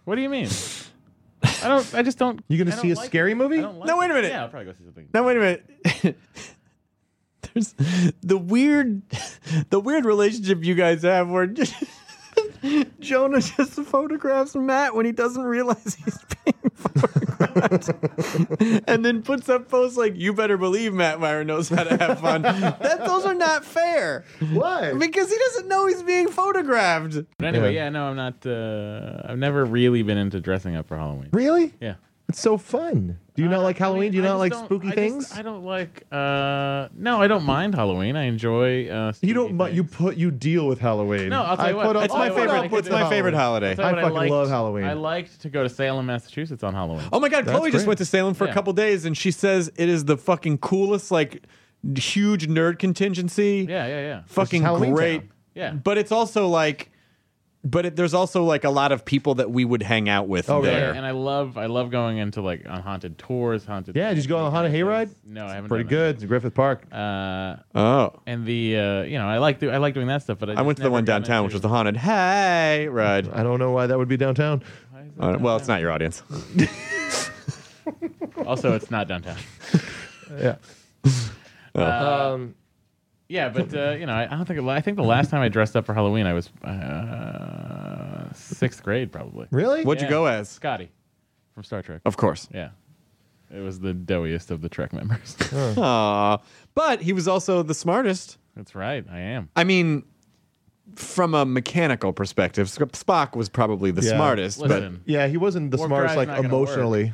Speaker 2: What do
Speaker 1: [laughs]
Speaker 2: you mean? I don't. I just don't.
Speaker 3: You
Speaker 2: I
Speaker 3: gonna
Speaker 2: don't
Speaker 3: see a
Speaker 2: like
Speaker 3: scary
Speaker 2: it.
Speaker 3: movie?
Speaker 2: I don't like
Speaker 1: No,
Speaker 2: it.
Speaker 1: wait a minute.
Speaker 2: Yeah, I'll probably go see something.
Speaker 1: Now wait a minute. [laughs] There's the weird, the weird relationship you guys have where [laughs] Jonah just photographs Matt when he doesn't realize he's [laughs] being photographed, [laughs] and then puts up posts like "You better believe Matt Meyer knows how to have [laughs] fun." that those are not fair [laughs]
Speaker 3: Why?
Speaker 1: because he doesn't know he's being photographed.
Speaker 2: But anyway, yeah. no, I'm not. Uh, I've never really been into dressing up for Halloween.
Speaker 3: Really?
Speaker 2: Yeah.
Speaker 3: It's so fun. Do you not like Halloween? Do you not like spooky things?
Speaker 2: I don't like. Uh, no, I don't mind Halloween. I enjoy. Uh,
Speaker 3: you don't. mu- You put. You deal with Halloween.
Speaker 2: No, I'll tell you what,
Speaker 3: put up-
Speaker 2: It's
Speaker 1: It's my
Speaker 2: my
Speaker 3: I put up
Speaker 1: favorite.
Speaker 3: with
Speaker 1: It's my favorite holiday.
Speaker 3: [laughs] I fucking love Halloween.
Speaker 2: I liked to go to Salem, Massachusetts on Halloween.
Speaker 1: Oh my God,
Speaker 3: That's
Speaker 1: Chloe just
Speaker 3: great.
Speaker 1: went to Salem for
Speaker 2: Yeah.
Speaker 1: a couple days, and she says it is the fucking coolest, like huge nerd contingency.
Speaker 2: Yeah, yeah, yeah.
Speaker 1: fucking
Speaker 3: Halloween
Speaker 1: great.
Speaker 3: Town.
Speaker 2: Yeah.
Speaker 1: but it's also like, but it, there's also like a lot of people that we would hang out with
Speaker 3: Oh, really?
Speaker 1: there.
Speaker 2: Yeah, and I love I love going into like on haunted tours, haunted.
Speaker 3: Yeah, did you go on a haunted hayride?
Speaker 2: No, I haven't.
Speaker 3: Pretty
Speaker 2: done that.
Speaker 3: good. It's Griffith Park.
Speaker 2: Uh,
Speaker 1: Oh,
Speaker 2: and the uh, you know I like do, I like doing that stuff, but I,
Speaker 1: I went to the one downtown, which was the haunted hey ride.
Speaker 3: I don't know why that would be
Speaker 2: [laughs]
Speaker 3: downtown.
Speaker 1: Uh, well, it's not your audience. [laughs]
Speaker 2: the also it's not downtown.
Speaker 3: Yeah.
Speaker 2: Uh,
Speaker 3: um,
Speaker 2: Yeah, but uh, you know I, I don't think I think the last time I dressed up for Halloween I was uh, sixth grade probably.
Speaker 3: really?
Speaker 1: What'd
Speaker 2: Yeah.
Speaker 1: you go as?
Speaker 2: Scotty from Star Trek.
Speaker 1: Of course.
Speaker 2: Yeah, it was the doughiest of the
Speaker 1: [laughs]
Speaker 2: Trek members.
Speaker 1: Aw. but he was also the smartest.
Speaker 2: That's right, I am.
Speaker 1: I mean, from a mechanical perspective, Sp- Spock was probably the
Speaker 3: Yeah.
Speaker 1: smartest.
Speaker 2: Listen,
Speaker 3: Yeah, he wasn't the
Speaker 2: Warp
Speaker 3: smartest,
Speaker 2: drive's
Speaker 3: like
Speaker 2: not gonna
Speaker 3: emotionally.
Speaker 1: But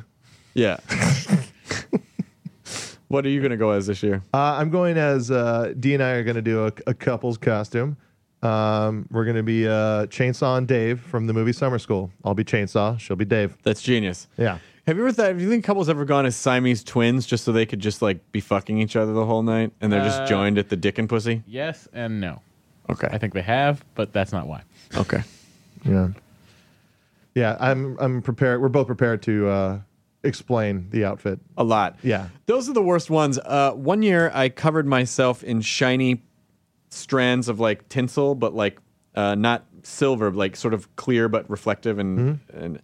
Speaker 1: yeah. [laughs] what are you gonna go as this year?
Speaker 3: Uh, I'm going as uh, D and I are going to do a, a couple's costume. Um, we're going to be uh, Chainsaw and Dave from the movie Summer School. I'll be Chainsaw. She'll be Dave.
Speaker 1: That's genius.
Speaker 3: Yeah.
Speaker 1: Have you ever thought? Do you think couples ever gone as Siamese twins just so they could just like be fucking each other the whole night and they're
Speaker 2: Uh,
Speaker 1: just joined at the dick and pussy?
Speaker 2: yes and no.
Speaker 1: Okay.
Speaker 2: I think they have, but that's not why.
Speaker 1: Okay.
Speaker 3: Yeah. Yeah. I'm I'm prepared. We're both prepared to uh, explain the outfit.
Speaker 1: A lot.
Speaker 3: Yeah.
Speaker 1: Those are the worst ones. Uh, one year I covered myself in shiny strands of like tinsel, but like uh, not silver, like sort of clear but reflective, and
Speaker 3: Mm-hmm.
Speaker 1: and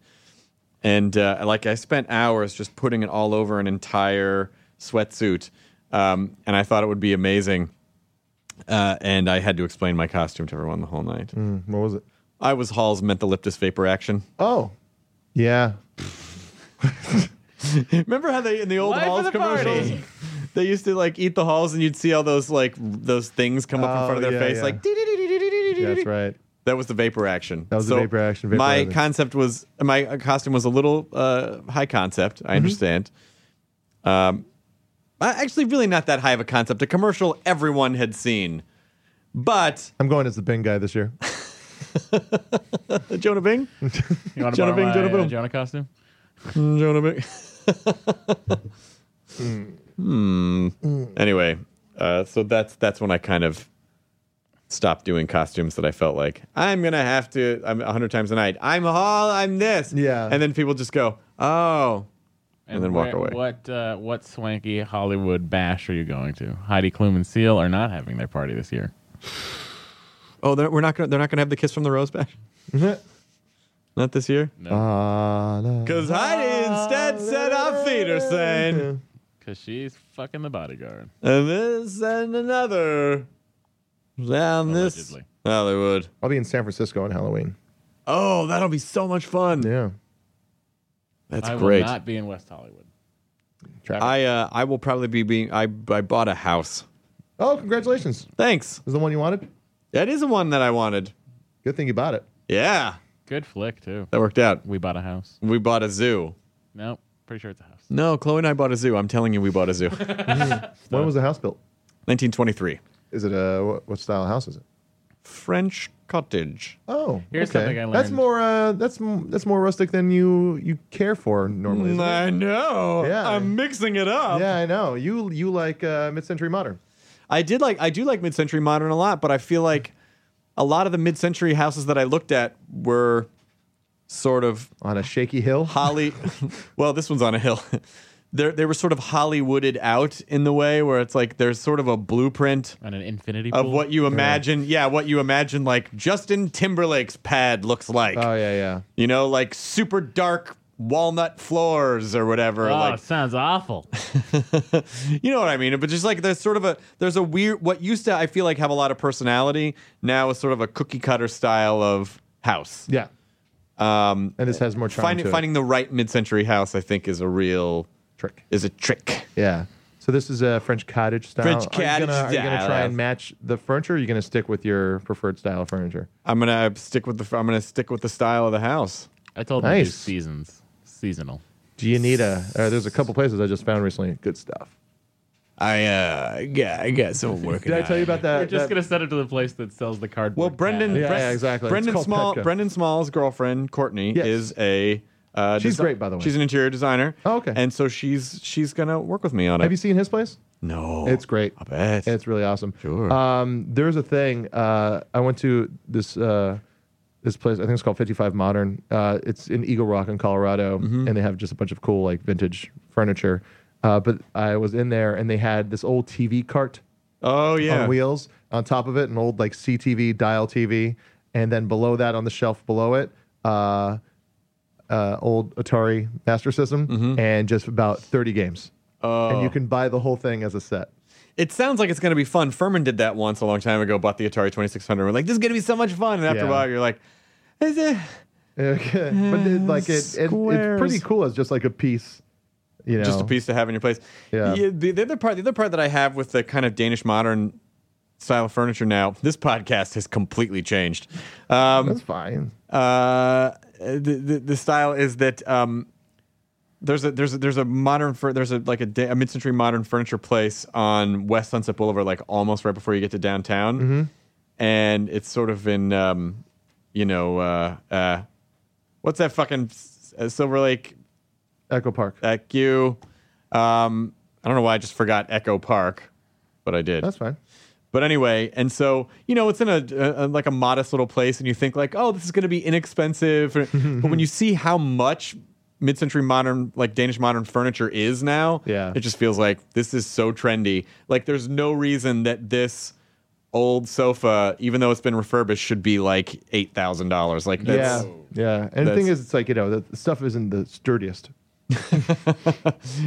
Speaker 1: and uh, like I spent hours just putting it all over an entire sweatsuit, um, and I thought it would be amazing. Uh, and I had to explain my costume to everyone the whole night.
Speaker 3: Mm, What was it?
Speaker 1: I was Hall's mentholyptus vapor action.
Speaker 3: Oh. Yeah.
Speaker 1: Remember how they in the old
Speaker 2: Life of
Speaker 1: halls
Speaker 2: the party.
Speaker 1: commercials? They used to like eat the halls, and you'd see all those like those things come up in
Speaker 3: Oh,
Speaker 1: front of their
Speaker 3: yeah,
Speaker 1: face,
Speaker 3: yeah.
Speaker 1: like. "Dee-dee-dee-dee-dee-dee-dee-dee-dee-dee."
Speaker 3: Yeah,
Speaker 2: [laughs]
Speaker 3: that's right.
Speaker 1: That was the vapor action.
Speaker 3: That was the vapor action, vapor
Speaker 1: my
Speaker 3: action.
Speaker 1: concept was my uh, costume was a little uh, high concept. I understand. Um, I- actually, really not that high of a concept. A commercial everyone had seen, but
Speaker 3: I'm going as the Bing guy this year. [laughs]
Speaker 1: uh, Jonah Bing,
Speaker 2: You want to
Speaker 1: Jonah
Speaker 2: borrow
Speaker 1: Bing,
Speaker 2: my
Speaker 1: Jonah
Speaker 2: uh,
Speaker 1: Boom.
Speaker 2: Jonah costume?
Speaker 1: Jonah Bing. hmm. Anyway, uh, so that's that's when I kind of stopped doing costumes that I felt like I'm gonna have to. I'm a hundred times a night. I'm all. I'm this.
Speaker 3: Yeah.
Speaker 1: And then people just go, oh. And then walk
Speaker 2: where-
Speaker 1: away.
Speaker 2: What uh, what swanky Hollywood bash are you going to? Heidi Klum and Seal are not having their party this year.
Speaker 1: Oh, they're, we're not gonna. They're not gonna have the kiss from the rose bash. Not this year.
Speaker 3: Ah, no.
Speaker 1: Because Heidi instead said off Peterson.
Speaker 2: Cause she's fucking the bodyguard.
Speaker 1: And this and another. Down this
Speaker 2: Allegedly.
Speaker 1: Hollywood.
Speaker 3: I'll be in San Francisco on Halloween.
Speaker 1: Oh, that'll be so much fun.
Speaker 3: Yeah.
Speaker 1: That's
Speaker 2: I
Speaker 1: great.
Speaker 2: will not be in West Hollywood.
Speaker 3: Traffic.
Speaker 1: I uh, I will probably be being. I I bought a house.
Speaker 3: oh, congratulations.
Speaker 1: Thanks.
Speaker 3: Is the one you wanted?
Speaker 1: That is the one that I wanted.
Speaker 3: Good thing you bought it.
Speaker 1: Yeah,
Speaker 2: Good flick too.
Speaker 1: that worked out.
Speaker 2: We bought a house.
Speaker 1: We bought a zoo.
Speaker 2: Nope. Pretty sure it's a house.
Speaker 1: No, Chloe and I bought a zoo. I'm telling you, we bought a
Speaker 2: [laughs]
Speaker 1: zoo.
Speaker 3: When was the house built?
Speaker 1: 1923.
Speaker 3: Is it a what, what style house is it?
Speaker 1: French cottage.
Speaker 3: Oh,
Speaker 2: Here's
Speaker 3: okay.
Speaker 2: something I
Speaker 3: That's
Speaker 2: learned.
Speaker 3: more uh, that's m- that's more rustic than you you care for normally. isn't Oh, it?
Speaker 1: I know.
Speaker 3: Yeah.
Speaker 1: I'm mixing it up.
Speaker 3: Yeah, I know. You you like uh, mid-century modern.
Speaker 1: I did like I do like mid-century modern a lot, but I feel like a lot of the mid-century houses that I looked at were sort of
Speaker 3: On a shaky hill.
Speaker 1: Holly. [laughs] well, this one's on a hill. [laughs] they they were sort of Hollywooded out in the way where it's like there's sort of a blueprint
Speaker 2: On an infinity pool.
Speaker 1: of what you imagine. Yeah, what you imagine like Justin Timberlake's pad looks like.
Speaker 3: Oh yeah, yeah.
Speaker 1: you know, like super dark walnut floors or whatever.
Speaker 3: Ah,
Speaker 2: Oh,
Speaker 1: like
Speaker 2: sounds awful.
Speaker 1: you know what I mean? But just like there's sort of a there's a weird what used to I feel like have a lot of personality now is sort of a cookie cutter style of house.
Speaker 3: Yeah.
Speaker 1: Um,
Speaker 3: And this has more charm
Speaker 1: finding
Speaker 3: to it.
Speaker 1: finding the right mid century house I think is a real
Speaker 3: trick.
Speaker 1: is a trick.
Speaker 3: Yeah. So this is a French cottage style.
Speaker 1: French
Speaker 3: Are you
Speaker 1: cottage
Speaker 3: gonna, are you gonna
Speaker 1: style.
Speaker 3: try and match the furniture? Or are you gonna stick with your preferred style of furniture?
Speaker 1: I'm gonna stick with the I'm gonna stick with the style of the house.
Speaker 2: I told them
Speaker 3: Nice.
Speaker 2: do seasons. Seasonal.
Speaker 3: Gianita. Uh, there's a couple places I just found recently. Good stuff.
Speaker 1: I uh, yeah, I got someone working.
Speaker 3: Did I tell you about that?
Speaker 2: We're just
Speaker 3: that-
Speaker 2: gonna send it to the place that sells the
Speaker 1: Well,
Speaker 2: cardboard.
Speaker 1: Brendan,
Speaker 3: Yeah,
Speaker 1: Bre-
Speaker 3: yeah, exactly. It's
Speaker 1: Brendan
Speaker 3: called
Speaker 1: Small,
Speaker 3: Petco.
Speaker 1: Brendan Small's girlfriend Courtney
Speaker 3: Yes.
Speaker 1: is a. Uh,
Speaker 3: She's great, by the way.
Speaker 1: She's an interior designer.
Speaker 3: Oh, okay.
Speaker 1: And so she's she's gonna work with me on it.
Speaker 3: Have you seen his place?
Speaker 1: no,
Speaker 3: It's great.
Speaker 1: I bet.
Speaker 3: It's really awesome.
Speaker 1: Sure.
Speaker 3: Um, there's a thing. Uh, I went to this uh, this place. I think it's called 55 Modern. Uh, it's in Eagle Rock in Colorado,
Speaker 1: Mm-hmm.
Speaker 3: and they have just a bunch of cool like vintage furniture. Uh, but I was in there, and they had this old TV cart
Speaker 1: oh yeah.
Speaker 3: on wheels on top of it, an old like CTV dial TV, and then below that on the shelf below it, uh, uh, old Atari Master System,
Speaker 1: Mm-hmm.
Speaker 3: and just about 30 games.
Speaker 1: Oh.
Speaker 3: And you can buy the whole thing as a set.
Speaker 1: It sounds like it's going to be fun. Furman did that once a long time ago, bought the Atari 2600. We're like, this is going to be so much fun. And after
Speaker 3: Yeah.
Speaker 1: a while, you're like, is it?
Speaker 3: Okay. but it, like it, it, it's pretty
Speaker 1: Squares.
Speaker 3: cool as just like a piece, you know.
Speaker 1: Just a piece to have in your place.
Speaker 3: Yeah.
Speaker 1: the, the other part, the other part that I have with the kind of Danish modern style of furniture now, this podcast has completely changed. Um,
Speaker 3: That's fine.
Speaker 1: uh, the, the the style is that um, there's a there's a, there's a modern fur, there's a like a, da- a mid century modern furniture place on West Sunset Boulevard, like almost right before you get to downtown, and it's sort of in um, you know uh, uh, what's that fucking s- uh, Silver Lake
Speaker 3: Echo Park.
Speaker 1: Echo? Um, I don't know why I just forgot Echo Park, but I did.
Speaker 3: That's fine.
Speaker 1: But anyway, and so you know, it's in a, a, a- like a modest little place, and you think like, oh, this is going to be
Speaker 3: [laughs]
Speaker 1: inexpensive. but when you see how much mid-century modern, like Danish modern furniture is now,
Speaker 3: Yeah.
Speaker 1: it just feels like this is so trendy. Like, there's no reason that this old sofa, even though it's been refurbished, should be like eight thousand dollars. Like, that's,
Speaker 3: yeah. Yeah. And the thing
Speaker 1: that's-
Speaker 3: is, it's like, you know, the the stuff isn't the sturdiest.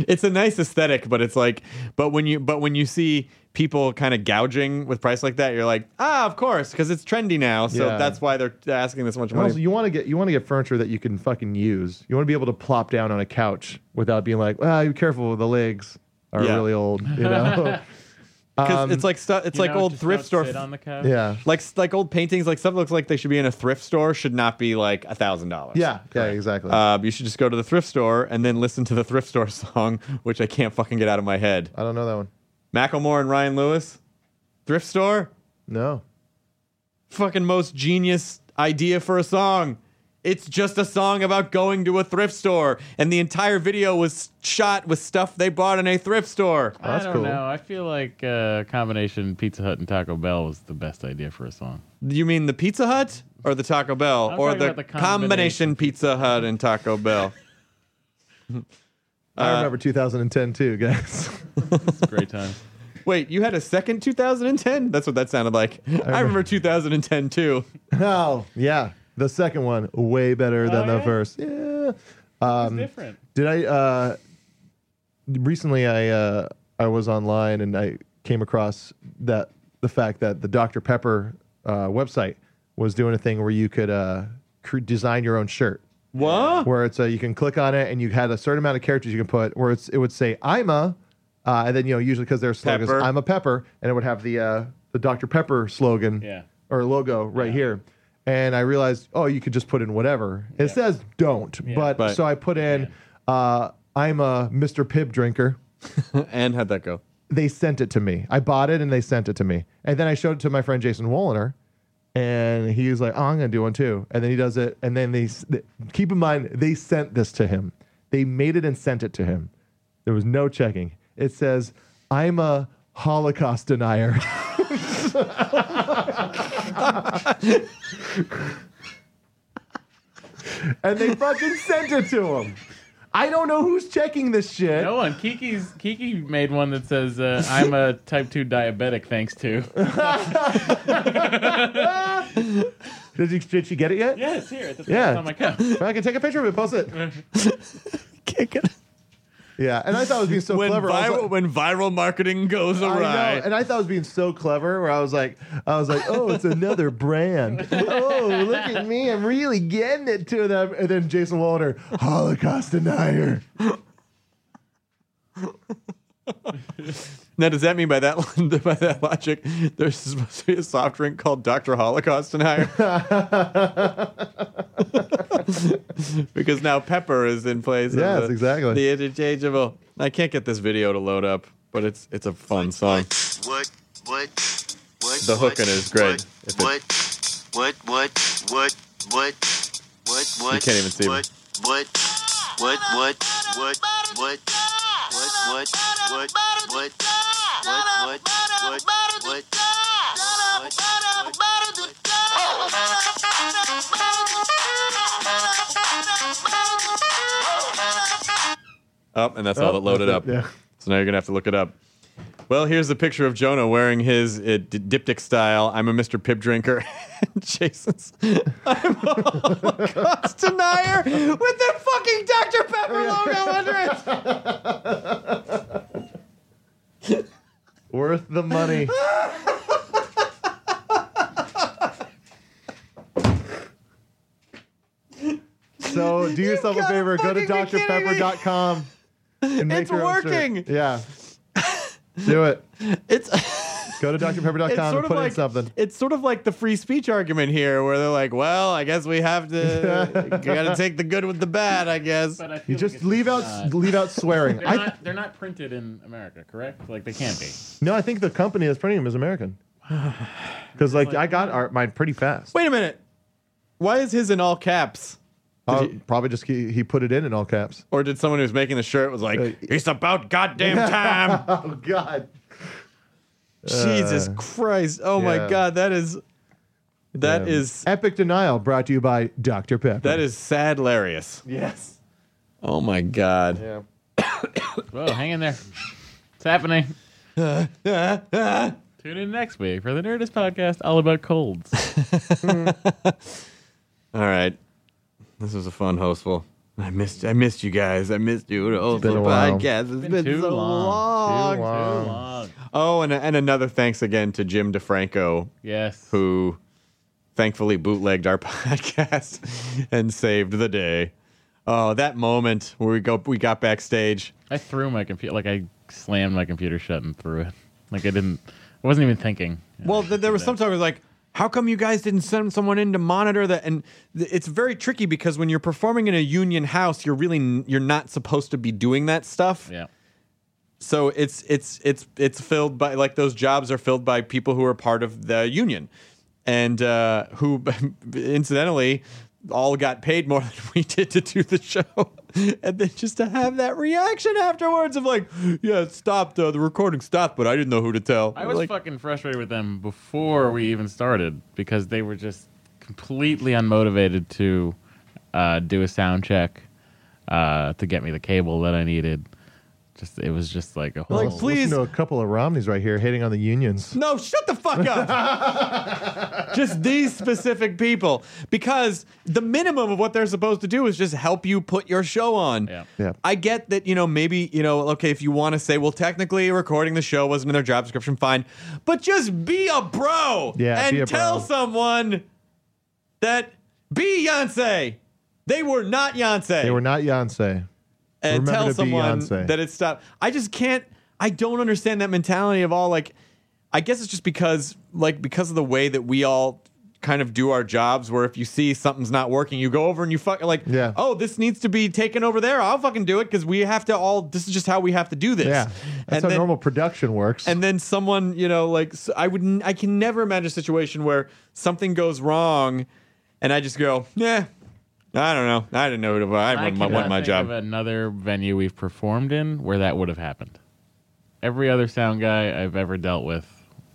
Speaker 1: it's a nice aesthetic, but it's like, but when you but when you see people kind of gouging with price like that, you're like, ah, of course, because it's trendy now. So
Speaker 3: Yeah.
Speaker 1: that's why they're asking this much
Speaker 3: And
Speaker 1: money.
Speaker 3: also, you want to get you want to get furniture that you can fucking use. You want to be able to plop down on a couch without being like, "Well, be careful with the legs are
Speaker 1: Yeah.
Speaker 3: really old." You
Speaker 1: [laughs]
Speaker 3: know, [laughs]
Speaker 1: Because it's like stu- it's
Speaker 2: um, You
Speaker 1: like
Speaker 2: know,
Speaker 1: old
Speaker 2: just
Speaker 1: thrift
Speaker 2: don't
Speaker 1: store.
Speaker 2: sit
Speaker 1: f-
Speaker 2: on the couch.
Speaker 3: yeah,
Speaker 1: like like old paintings, like stuff that looks like they should be in a thrift store should not be like a thousand dollars.
Speaker 3: yeah, yeah, exactly.
Speaker 1: Uh, you should just go to the thrift store and then listen to the thrift store [laughs] song, which I can't fucking get out of my head.
Speaker 3: I don't know that one.
Speaker 1: Macklemore and Ryan Lewis, thrift store,
Speaker 3: No,
Speaker 1: fucking most genius idea for a song. It's just a song about going to a thrift store, and the entire video was shot with stuff they bought in a thrift store.
Speaker 2: I
Speaker 3: that's
Speaker 2: don't
Speaker 3: cool.
Speaker 2: know. I feel like uh, combination Pizza Hut and Taco Bell was the best idea for a song.
Speaker 1: You mean the Pizza Hut or the Taco Bell
Speaker 2: I'm
Speaker 1: or
Speaker 2: talking
Speaker 1: the,
Speaker 2: about the
Speaker 1: combination,
Speaker 2: combination.
Speaker 1: Pizza Hut and Taco Bell? uh,
Speaker 3: I remember 2010 too, guys. [laughs]
Speaker 2: It's a great
Speaker 1: [laughs]
Speaker 2: time.
Speaker 1: Wait, you had a second 2010? That's what that sounded like. I remember, 2010 too.
Speaker 3: oh, yeah, the second one way better than
Speaker 2: Oh,
Speaker 3: the
Speaker 2: yeah?
Speaker 3: first. Yeah.
Speaker 1: Um,
Speaker 2: it's different.
Speaker 3: Did I uh recently I uh I was online and I came across that the fact that the Dr Pepper uh website was doing a thing where you could uh cr- design your own shirt [laughs]
Speaker 1: What?
Speaker 3: where it's uh you can click on it and you had a certain amount of characters you can put where it's it would say I'm a uh, and then you know usually cuz their slogan
Speaker 1: Pepper.
Speaker 3: is I'm a pepper and it would have the uh the Dr Pepper slogan
Speaker 2: Yeah.
Speaker 3: or logo right here. And I realized, oh, you could just put in whatever. It says don't, but,
Speaker 1: But-
Speaker 3: so I put in, uh, I'm a Mr. Pibb drinker.
Speaker 1: And how'd that go?
Speaker 3: They sent it to me. I bought it and they sent it to me. And then I showed it to my friend Jason Wolliner, and he's like, oh, I'm going to do one too. And then he does it. And then they, s- th- keep in mind, they sent this to him. They made it and sent it to him. There was no checking. It says, I'm a Holocaust denier. [laughs] and they fucking sent it to him. I don't know who's checking this shit.
Speaker 2: No one. Kiki's Kiki made one that says
Speaker 3: [laughs]
Speaker 2: uh, I'm a type two diabetic thanks to.
Speaker 3: Did, you, did she get it yet?
Speaker 2: yes, here. It's
Speaker 3: Yeah.
Speaker 2: on my couch.
Speaker 3: I can take a picture of it, post it.
Speaker 1: Kick it.
Speaker 3: Yeah, and I thought it was being so
Speaker 1: When,
Speaker 3: clever. I was
Speaker 1: viral,
Speaker 3: like-
Speaker 1: when viral marketing goes
Speaker 3: I know,
Speaker 1: awry.
Speaker 3: and I thought it was being so clever. Where I was like, I was like, oh, it's another brand. Oh, look at me, I'm really getting it to them. And then Jason Walter, Holocaust
Speaker 1: [laughs]
Speaker 3: denier.
Speaker 1: Now, does that mean by that [laughs] by that logic, there's
Speaker 3: [laughs]
Speaker 1: supposed to be a soft drink called Doctor Holocaust tonight? [laughs] because now Pepper is in place. of
Speaker 3: Yes,
Speaker 1: the-
Speaker 3: exactly.
Speaker 1: The interchangeable. I can't get this video to load up, but it's it's a fun song.
Speaker 4: What? What? What?
Speaker 1: The hook in it is great. If it-
Speaker 4: What? What? What? What? What? What? What?
Speaker 1: You can't even see
Speaker 4: What? What? What? What? What? What? What? What? What? What? What? What? What?
Speaker 1: Oh, and that's all that loaded
Speaker 3: that's
Speaker 1: up.
Speaker 3: it, yeah.
Speaker 1: So now you're gonna have to look it up. Well, here's a picture of Jonah wearing his uh, di- diptych style. I'm a Mr. Pip drinker. [laughs] Jason's I'm a Holocaust denier with the fucking Dr. Pepper logo under it.
Speaker 3: Worth
Speaker 1: [laughs]
Speaker 3: the money. so do yourself a
Speaker 1: gotta
Speaker 3: favor. Go to
Speaker 1: fucking be kidding me.
Speaker 3: drpepper.com and make
Speaker 1: It's
Speaker 3: your own shirt.
Speaker 1: working.
Speaker 3: Yeah. Do it.
Speaker 1: It's. [laughs]
Speaker 3: Go to drpepper.com and put
Speaker 1: like
Speaker 3: in something.
Speaker 1: it's sort of like the free speech argument here, where they're like, "Well, I guess we have
Speaker 3: [laughs]
Speaker 1: to, got to take the good with the bad, I guess."
Speaker 2: But I feel
Speaker 3: You
Speaker 2: like
Speaker 3: just
Speaker 2: it's
Speaker 3: leave out
Speaker 2: not-
Speaker 3: leave out swearing.
Speaker 2: They're,
Speaker 3: I
Speaker 2: not, they're not printed in America, correct? Like they can't be.
Speaker 3: no, I think the company that's printing them is [sighs] American. Because like I got our, mine pretty fast.
Speaker 1: Wait a minute, why is his in all caps?
Speaker 3: Uh,
Speaker 1: did you-
Speaker 3: probably just he, he put it in in all caps.
Speaker 1: Or did someone who's making the shirt was like,
Speaker 3: Uh,
Speaker 1: "It's about goddamn time."
Speaker 3: Oh God.
Speaker 1: Jesus Christ! Oh my
Speaker 3: Uh, yeah.
Speaker 1: God, that is, that
Speaker 3: Yeah.
Speaker 1: is,
Speaker 3: Um, Epic Denial brought to you by Dr. Pepper.
Speaker 1: that is sad, hilarious.
Speaker 3: Yes.
Speaker 1: Oh my God.
Speaker 3: Yeah.
Speaker 2: Whoa, hang in there. It's happening. Tune in next week for the Nerdist podcast, all
Speaker 1: [laughs]
Speaker 2: about colds.
Speaker 1: [laughs] All right. This was a fun hostful. I missed I missed you guys. I missed you. The hostful
Speaker 3: been a while.
Speaker 1: podcast. It's been,
Speaker 2: too
Speaker 1: so long.
Speaker 2: long. Too long.
Speaker 1: Oh, and and another thanks again to Jim DeFranco,
Speaker 2: Yes.
Speaker 1: who thankfully bootlegged our [laughs] podcast and saved the day. Oh, that moment where we go we got backstage.
Speaker 2: I threw my computer, like I slammed my computer shut and threw it. Like I didn't, I wasn't even thinking.
Speaker 1: Well, th- there was some talk. It was like, how come you guys didn't send someone in to monitor that? And th- it's very tricky because when you're performing in a union house, you're really n- you're not supposed to be doing that stuff.
Speaker 2: Yeah.
Speaker 1: So it's it's it's it's filled by like those jobs are filled by people who are part of the union, and uh, who [laughs] incidentally all got paid more [laughs] than we did to do the show, [laughs] and then just to have that reaction afterwards of like, yeah, it stopped, uh, the recording stopped, but I didn't know who to tell.
Speaker 2: I was
Speaker 1: like,
Speaker 2: fucking frustrated with them before we even started because they were just completely unmotivated to uh, do a sound check uh, to get me the cable that I needed. Just it was just like a whole.
Speaker 1: Like, please-
Speaker 3: Listen to a couple of Romneys right here hating on the unions.
Speaker 1: No, shut the fuck up.
Speaker 3: [laughs]
Speaker 1: just these specific people. Because the minimum of what they're supposed to do is just help you put your show on.
Speaker 2: Yeah.
Speaker 3: Yeah.
Speaker 1: I get that, you know, maybe, you know, okay, if you want to say, well, technically recording the show wasn't in their job description, fine. But just be a bro
Speaker 3: Yeah,
Speaker 1: and
Speaker 3: be a
Speaker 1: tell
Speaker 3: bro.
Speaker 1: someone that Beyonce. They were not Beyonce
Speaker 3: They were not Yonsei.
Speaker 1: and
Speaker 3: Remember
Speaker 1: tell
Speaker 3: to be
Speaker 1: someone
Speaker 3: Beyonce.
Speaker 1: that it stopped. I just can't. I don't understand that mentality of all like. I guess it's just because like because of the way that we all kind of do our jobs, where if you see something's not working, you go over and you fuck like,
Speaker 3: Yeah.
Speaker 1: oh, this needs to be taken over there. I'll fucking do it because we have to all. This is just how we have to do this.
Speaker 3: Yeah.
Speaker 1: And
Speaker 3: That's how
Speaker 1: then-
Speaker 3: normal production works.
Speaker 1: and then someone you know like s i would n- i can never imagine a situation where something goes wrong and i just go yeah i don't know i didn't know who to vote. i,
Speaker 2: I
Speaker 1: I want
Speaker 2: cannot
Speaker 1: my
Speaker 2: think
Speaker 1: job
Speaker 2: Of another venue we've performed in where that would have happened. Every other sound guy I've ever dealt with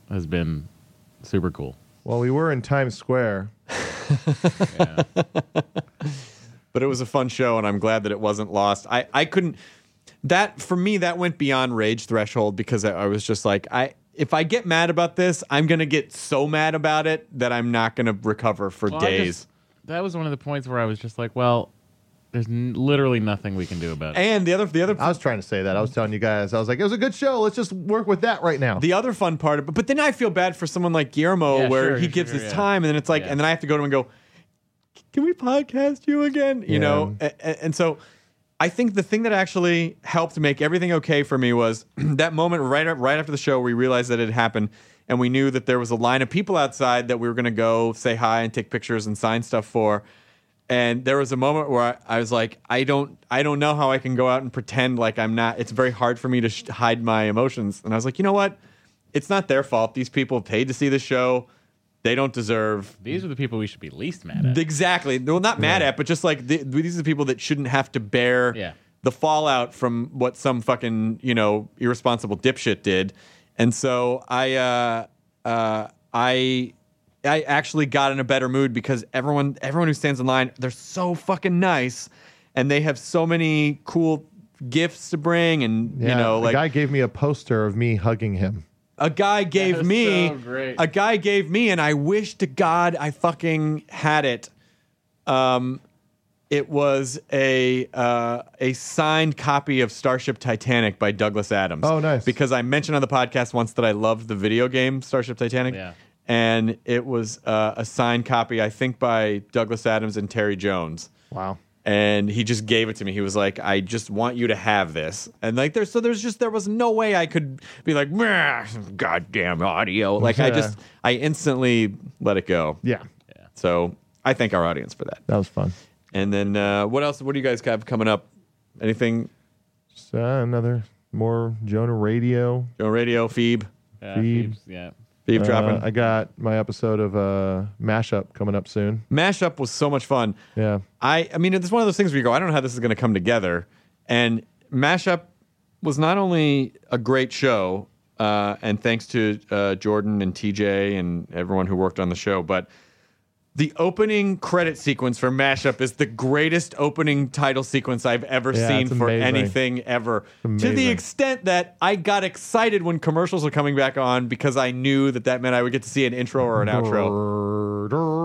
Speaker 2: has been super cool.
Speaker 3: well, we were in Times Square.
Speaker 1: but it was a fun show and i'm glad that it wasn't lost i, I couldn't that for me that went beyond rage threshold because I, I was just like i if i get mad about this i'm gonna get so mad about it that i'm not gonna recover for
Speaker 2: Well, I
Speaker 1: days
Speaker 2: just- that was one of the points where I was just like, well, there's n- literally nothing we can do about it.
Speaker 1: and the other the other
Speaker 3: I was trying to say that. I was telling you guys. I was like, it was a good show. Let's just work with that right now.
Speaker 1: the other fun part, but, but then I feel bad for someone like Guillermo
Speaker 2: Yeah,
Speaker 1: where
Speaker 2: sure,
Speaker 1: he
Speaker 2: sure,
Speaker 1: gives his
Speaker 2: yeah.
Speaker 1: time and then it's like,
Speaker 2: Yeah.
Speaker 1: and then I have to go to him and go, can we podcast you again? You
Speaker 3: Yeah.
Speaker 1: know? A- a- And so I think the thing that actually helped make everything okay for me was [clears throat] that moment right, up- right after the show where we realized that it had happened and we knew that there was a line of people outside that we were going to go say hi and take pictures and sign stuff for. And there was a moment where I, I was like, I don't, I don't know how I can go out and pretend like I'm not. It's very hard for me to sh- hide my emotions. And I was like, you know what? It's not their fault. These people paid to see the show. They don't deserve
Speaker 2: These are the people we should be least mad at.
Speaker 1: Exactly. Well, not mad at, but just like the, these are the people that shouldn't have to bear
Speaker 2: Yeah.
Speaker 1: the fallout from what some fucking you know irresponsible dipshit did. And so I, uh, uh, I, I actually got in a better mood because everyone, everyone who stands in line, they're so fucking nice, and they have so many cool gifts to bring, and you know,
Speaker 3: the
Speaker 1: like
Speaker 3: guy gave me a poster of me hugging him.
Speaker 1: a guy gave
Speaker 2: was
Speaker 1: me
Speaker 2: so great.
Speaker 1: a guy gave me and i wish to god i fucking had it um it was a uh, a signed copy of Starship Titanic by Douglas Adams.
Speaker 3: Oh, nice.
Speaker 1: Because I mentioned on the podcast once that I loved the video game Starship Titanic,
Speaker 2: Yeah.
Speaker 1: and it was uh, a signed copy, I think, by Douglas Adams and Terry Jones
Speaker 3: Wow.
Speaker 1: and he just gave it to me. He was like, "I just want you to have this," and like there's so there's just there was no way I could be like, "Meh, "Goddamn audio!" Like I just I instantly let it go.
Speaker 3: Yeah,
Speaker 1: So I thank our audience for that.
Speaker 3: that was fun.
Speaker 1: And then uh, what else? What do you guys have coming up? Anything?
Speaker 3: Just, uh, another more Jonah radio.
Speaker 1: Joe Radio, Phoebe,
Speaker 2: Yeah,
Speaker 3: Phoebe.
Speaker 2: Phoebe's- yeah.
Speaker 1: Phoebe
Speaker 3: Uh,
Speaker 1: dropping.
Speaker 3: I got my episode of uh, Mashup coming up soon.
Speaker 1: Mashup was so much fun.
Speaker 3: Yeah.
Speaker 1: I I mean it's one of those things where you go, I don't know how this is going to come together. And mashup was not only a great show, uh, and thanks to uh, Jordan and TJ and everyone who worked on the show, but the opening credit sequence for mashup is the greatest opening title sequence I've ever
Speaker 3: Yeah,
Speaker 1: seen
Speaker 3: it's
Speaker 1: for
Speaker 3: amazing.
Speaker 1: anything ever. To the
Speaker 3: amazing.
Speaker 1: extent that I got excited when commercials were coming back on because I knew that that meant I would get to see an intro or an outro Oh.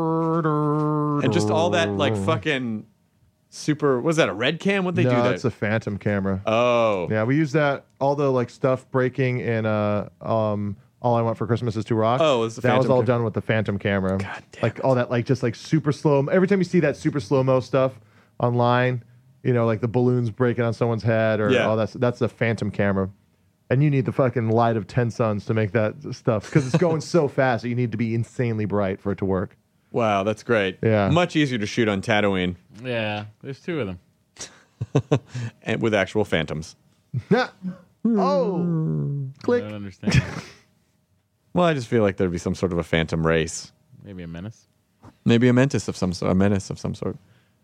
Speaker 1: and just all that like fucking super was that a red cam what they
Speaker 3: Oh. no,
Speaker 1: do that
Speaker 3: it's a phantom camera.
Speaker 1: oh
Speaker 3: yeah, we use that. All the like stuff breaking in uh um. All I want for Christmas is to rock.
Speaker 1: Oh, it's the
Speaker 3: that was
Speaker 1: Phantom
Speaker 3: all
Speaker 1: Cam-
Speaker 3: done with the Phantom camera. God damn like all that, like just like super slow. Every time you see that super slow mo stuff online, you know, like the balloons breaking on someone's head or
Speaker 1: Yeah.
Speaker 3: all that. That's the Phantom camera, and you need the fucking light of ten suns to make that stuff because it's going so fast. that You need to be insanely bright for it to work. [laughs]
Speaker 1: wow that's great
Speaker 3: Yeah.
Speaker 1: much easier to shoot on Tatooine
Speaker 2: Yeah, there's two of them.
Speaker 1: and eh, with actual phantoms
Speaker 3: oh,
Speaker 2: I don't understand.
Speaker 1: well I just feel like there'd be some sort of a phantom race
Speaker 2: [laughs] Maybe a menace. [laughs]
Speaker 1: maybe a menace of some sort a menace of some sort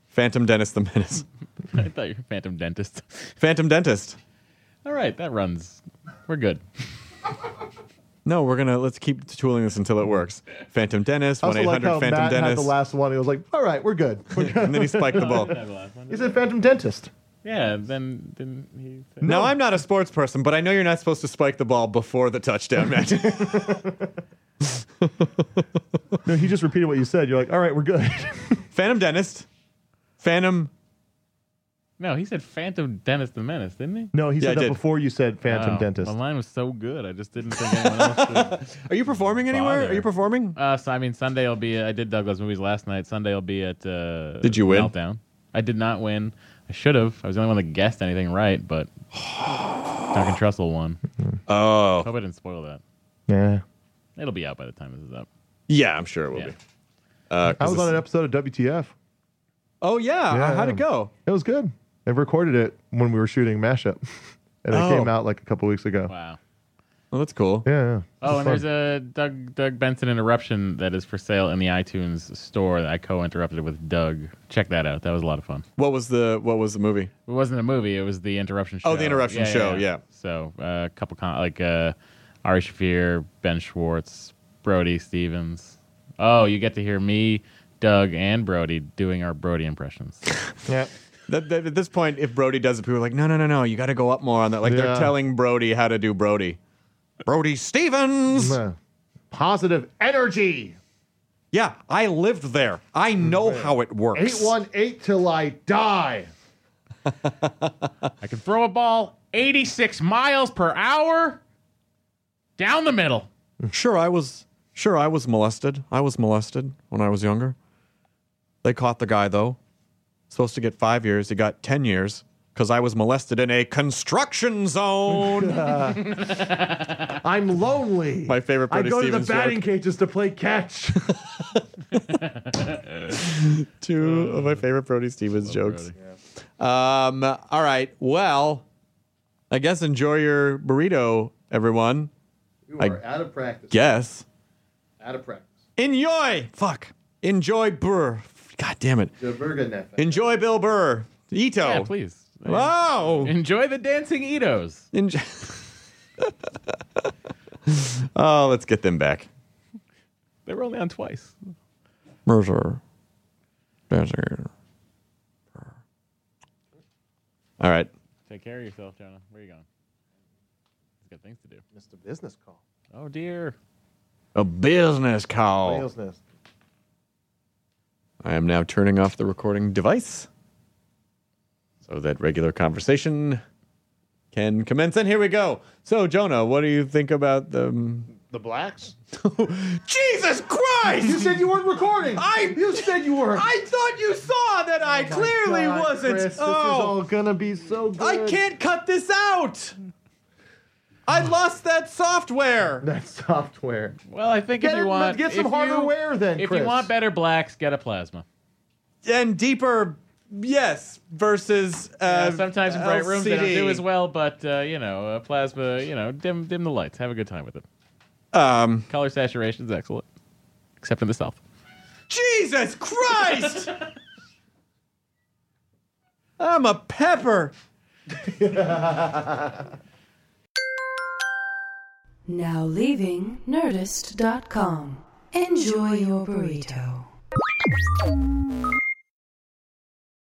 Speaker 1: phantom dentist the menace [laughs]
Speaker 2: I thought you were a phantom dentist. [laughs]
Speaker 1: phantom dentist
Speaker 2: All right, that runs. We're good.
Speaker 1: no we're gonna let's keep tooling this until it works phantom dentist
Speaker 3: I also like
Speaker 1: 1-800
Speaker 3: how
Speaker 1: phantom
Speaker 3: Matt had the
Speaker 1: dentist
Speaker 3: last one. He was like, "All right, we're good." [laughs]
Speaker 1: and then he spiked the ball
Speaker 3: He said, "Phantom dentist."
Speaker 2: Yeah, then then he.
Speaker 1: now I'm not a sports person but I know you're not supposed to spike the ball before the touchdown match
Speaker 3: No, he just repeated what you said. You're like, "All right, we're good."
Speaker 1: [laughs]
Speaker 3: [laughs]
Speaker 1: phantom dentist phantom
Speaker 2: No, he said Phantom Dentist the Menace, didn't he?
Speaker 3: no, he
Speaker 1: Yeah, I
Speaker 3: said that
Speaker 1: did.
Speaker 3: before you said "Phantom
Speaker 2: Wow,
Speaker 3: dentist."
Speaker 2: The line was so good, I just didn't think anyone
Speaker 1: [laughs]
Speaker 2: else could.
Speaker 1: Are you performing anywhere?
Speaker 2: Bother.
Speaker 1: Are you performing?
Speaker 2: Uh, so I mean, Sunday will be. I did Douglas movies last night. Sunday will be at. Uh,
Speaker 1: Did you win?
Speaker 2: Meltdown. I did not win. I should have. I was the only one that guessed anything right,
Speaker 1: [sighs]
Speaker 2: but Duncan Trussell won.
Speaker 1: Oh,
Speaker 2: Hope I didn't spoil that.
Speaker 3: Yeah,
Speaker 2: It'll be out by the time this is up.
Speaker 1: yeah, I'm sure it will
Speaker 2: Yeah.
Speaker 1: be. Uh, 'cause
Speaker 3: I was on
Speaker 1: it's-
Speaker 3: an episode of WTF.
Speaker 1: Oh yeah,
Speaker 3: Yeah,
Speaker 1: how'd
Speaker 3: yeah.
Speaker 1: it go?
Speaker 3: It was good. I recorded it when we were shooting mashup, [laughs] and
Speaker 1: Oh.
Speaker 3: it came out like a couple weeks ago.
Speaker 2: Wow.
Speaker 1: Well, that's cool.
Speaker 3: Yeah. yeah.
Speaker 2: Oh,
Speaker 3: It
Speaker 2: and
Speaker 3: was
Speaker 2: there's a Doug Doug Benson interruption that is for sale in the iTunes store that I co-interrupted with Doug. Check that out. That was a lot of fun.
Speaker 1: What was the What was the movie?
Speaker 2: It wasn't a movie. It was the interruption show.
Speaker 1: Oh, the interruption show, yeah.
Speaker 2: So uh, a couple con- like uh, Ari Shafir, Ben Schwartz, Brody Stevens. Oh, you get to hear me, Doug, and Brody doing our Brody impressions.
Speaker 3: fun. Yeah.
Speaker 1: That, that- at this point, if Brody does it, people are like, no, no, no, no, you got to go up more on that. Like they're
Speaker 3: Yeah.
Speaker 1: telling Brody how to do Brody. Brody Stevens.
Speaker 3: Yeah. Positive energy.
Speaker 1: Yeah, I lived there. I know how it
Speaker 3: Eight
Speaker 1: works.
Speaker 3: one eight till I die.
Speaker 2: I can throw a ball 86 miles per hour down the middle.
Speaker 1: Sure, I was. Sure, I was molested. I was molested when I was younger. They caught the guy though. Supposed to get five years. He got ten years because because I was molested in a construction zone.
Speaker 3: I'm lonely.
Speaker 1: My favorite
Speaker 3: I
Speaker 1: Brody
Speaker 3: go to
Speaker 1: Stevens
Speaker 3: the batting
Speaker 1: joke.
Speaker 3: cages to play catch.
Speaker 1: Two of my favorite Brody Stevens jokes. Um, all right. Well, I guess enjoy your burrito, everyone.
Speaker 3: you
Speaker 1: I are
Speaker 3: [laughs] out of practice.
Speaker 1: Guess.
Speaker 3: Out of practice.
Speaker 1: Enjoy. Fuck. Enjoy Burr. God damn it. Enjoy Bill Burr. Ito.
Speaker 2: Yeah, please.
Speaker 1: Wow.
Speaker 2: Enjoy the dancing Edos.
Speaker 1: Enjoy. oh, let's get them back.
Speaker 2: They were only on twice.
Speaker 1: Mercer. Mercer. All right.
Speaker 2: Take care of yourself, Jonah. Where are you going? He's got things to do.
Speaker 3: Missed a business call.
Speaker 2: Oh dear.
Speaker 1: A business call.
Speaker 3: Whale's nest.
Speaker 1: I am now turning off the recording device so that regular conversation can commence. And here we go. So, Jonah, what do you think about the. um,
Speaker 3: The blacks?
Speaker 1: [laughs] Jesus
Speaker 3: You
Speaker 1: Christ!
Speaker 3: said you weren't recording.
Speaker 1: I-
Speaker 3: You said you were.
Speaker 1: I thought you saw that I clearly
Speaker 3: Oh God,
Speaker 1: wasn't.
Speaker 3: Chris, this is all
Speaker 1: oh,
Speaker 3: gonna be so good.
Speaker 1: I can't cut this out. I lost that software.
Speaker 3: That software.
Speaker 2: Well, I think
Speaker 3: Get,
Speaker 2: if
Speaker 3: it,
Speaker 2: you want
Speaker 3: get some
Speaker 2: if
Speaker 3: harder
Speaker 2: you-
Speaker 3: wear then,
Speaker 2: If
Speaker 3: Chris.
Speaker 2: you want better blacks, get a plasma.
Speaker 1: And deeper, yes, versus. Uh,
Speaker 2: Yeah, sometimes in bright rooms they don't do
Speaker 1: LCD.
Speaker 2: as well, but uh, you know, uh, plasma. You know, dim dim the lights. Have a good time with it.
Speaker 1: Um,
Speaker 2: Color saturation is excellent, except in the south.
Speaker 1: Jesus Christ! [laughs] I'm a pepper.
Speaker 5: Now leaving Nerdist.com. Enjoy your burrito.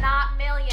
Speaker 6: not millions.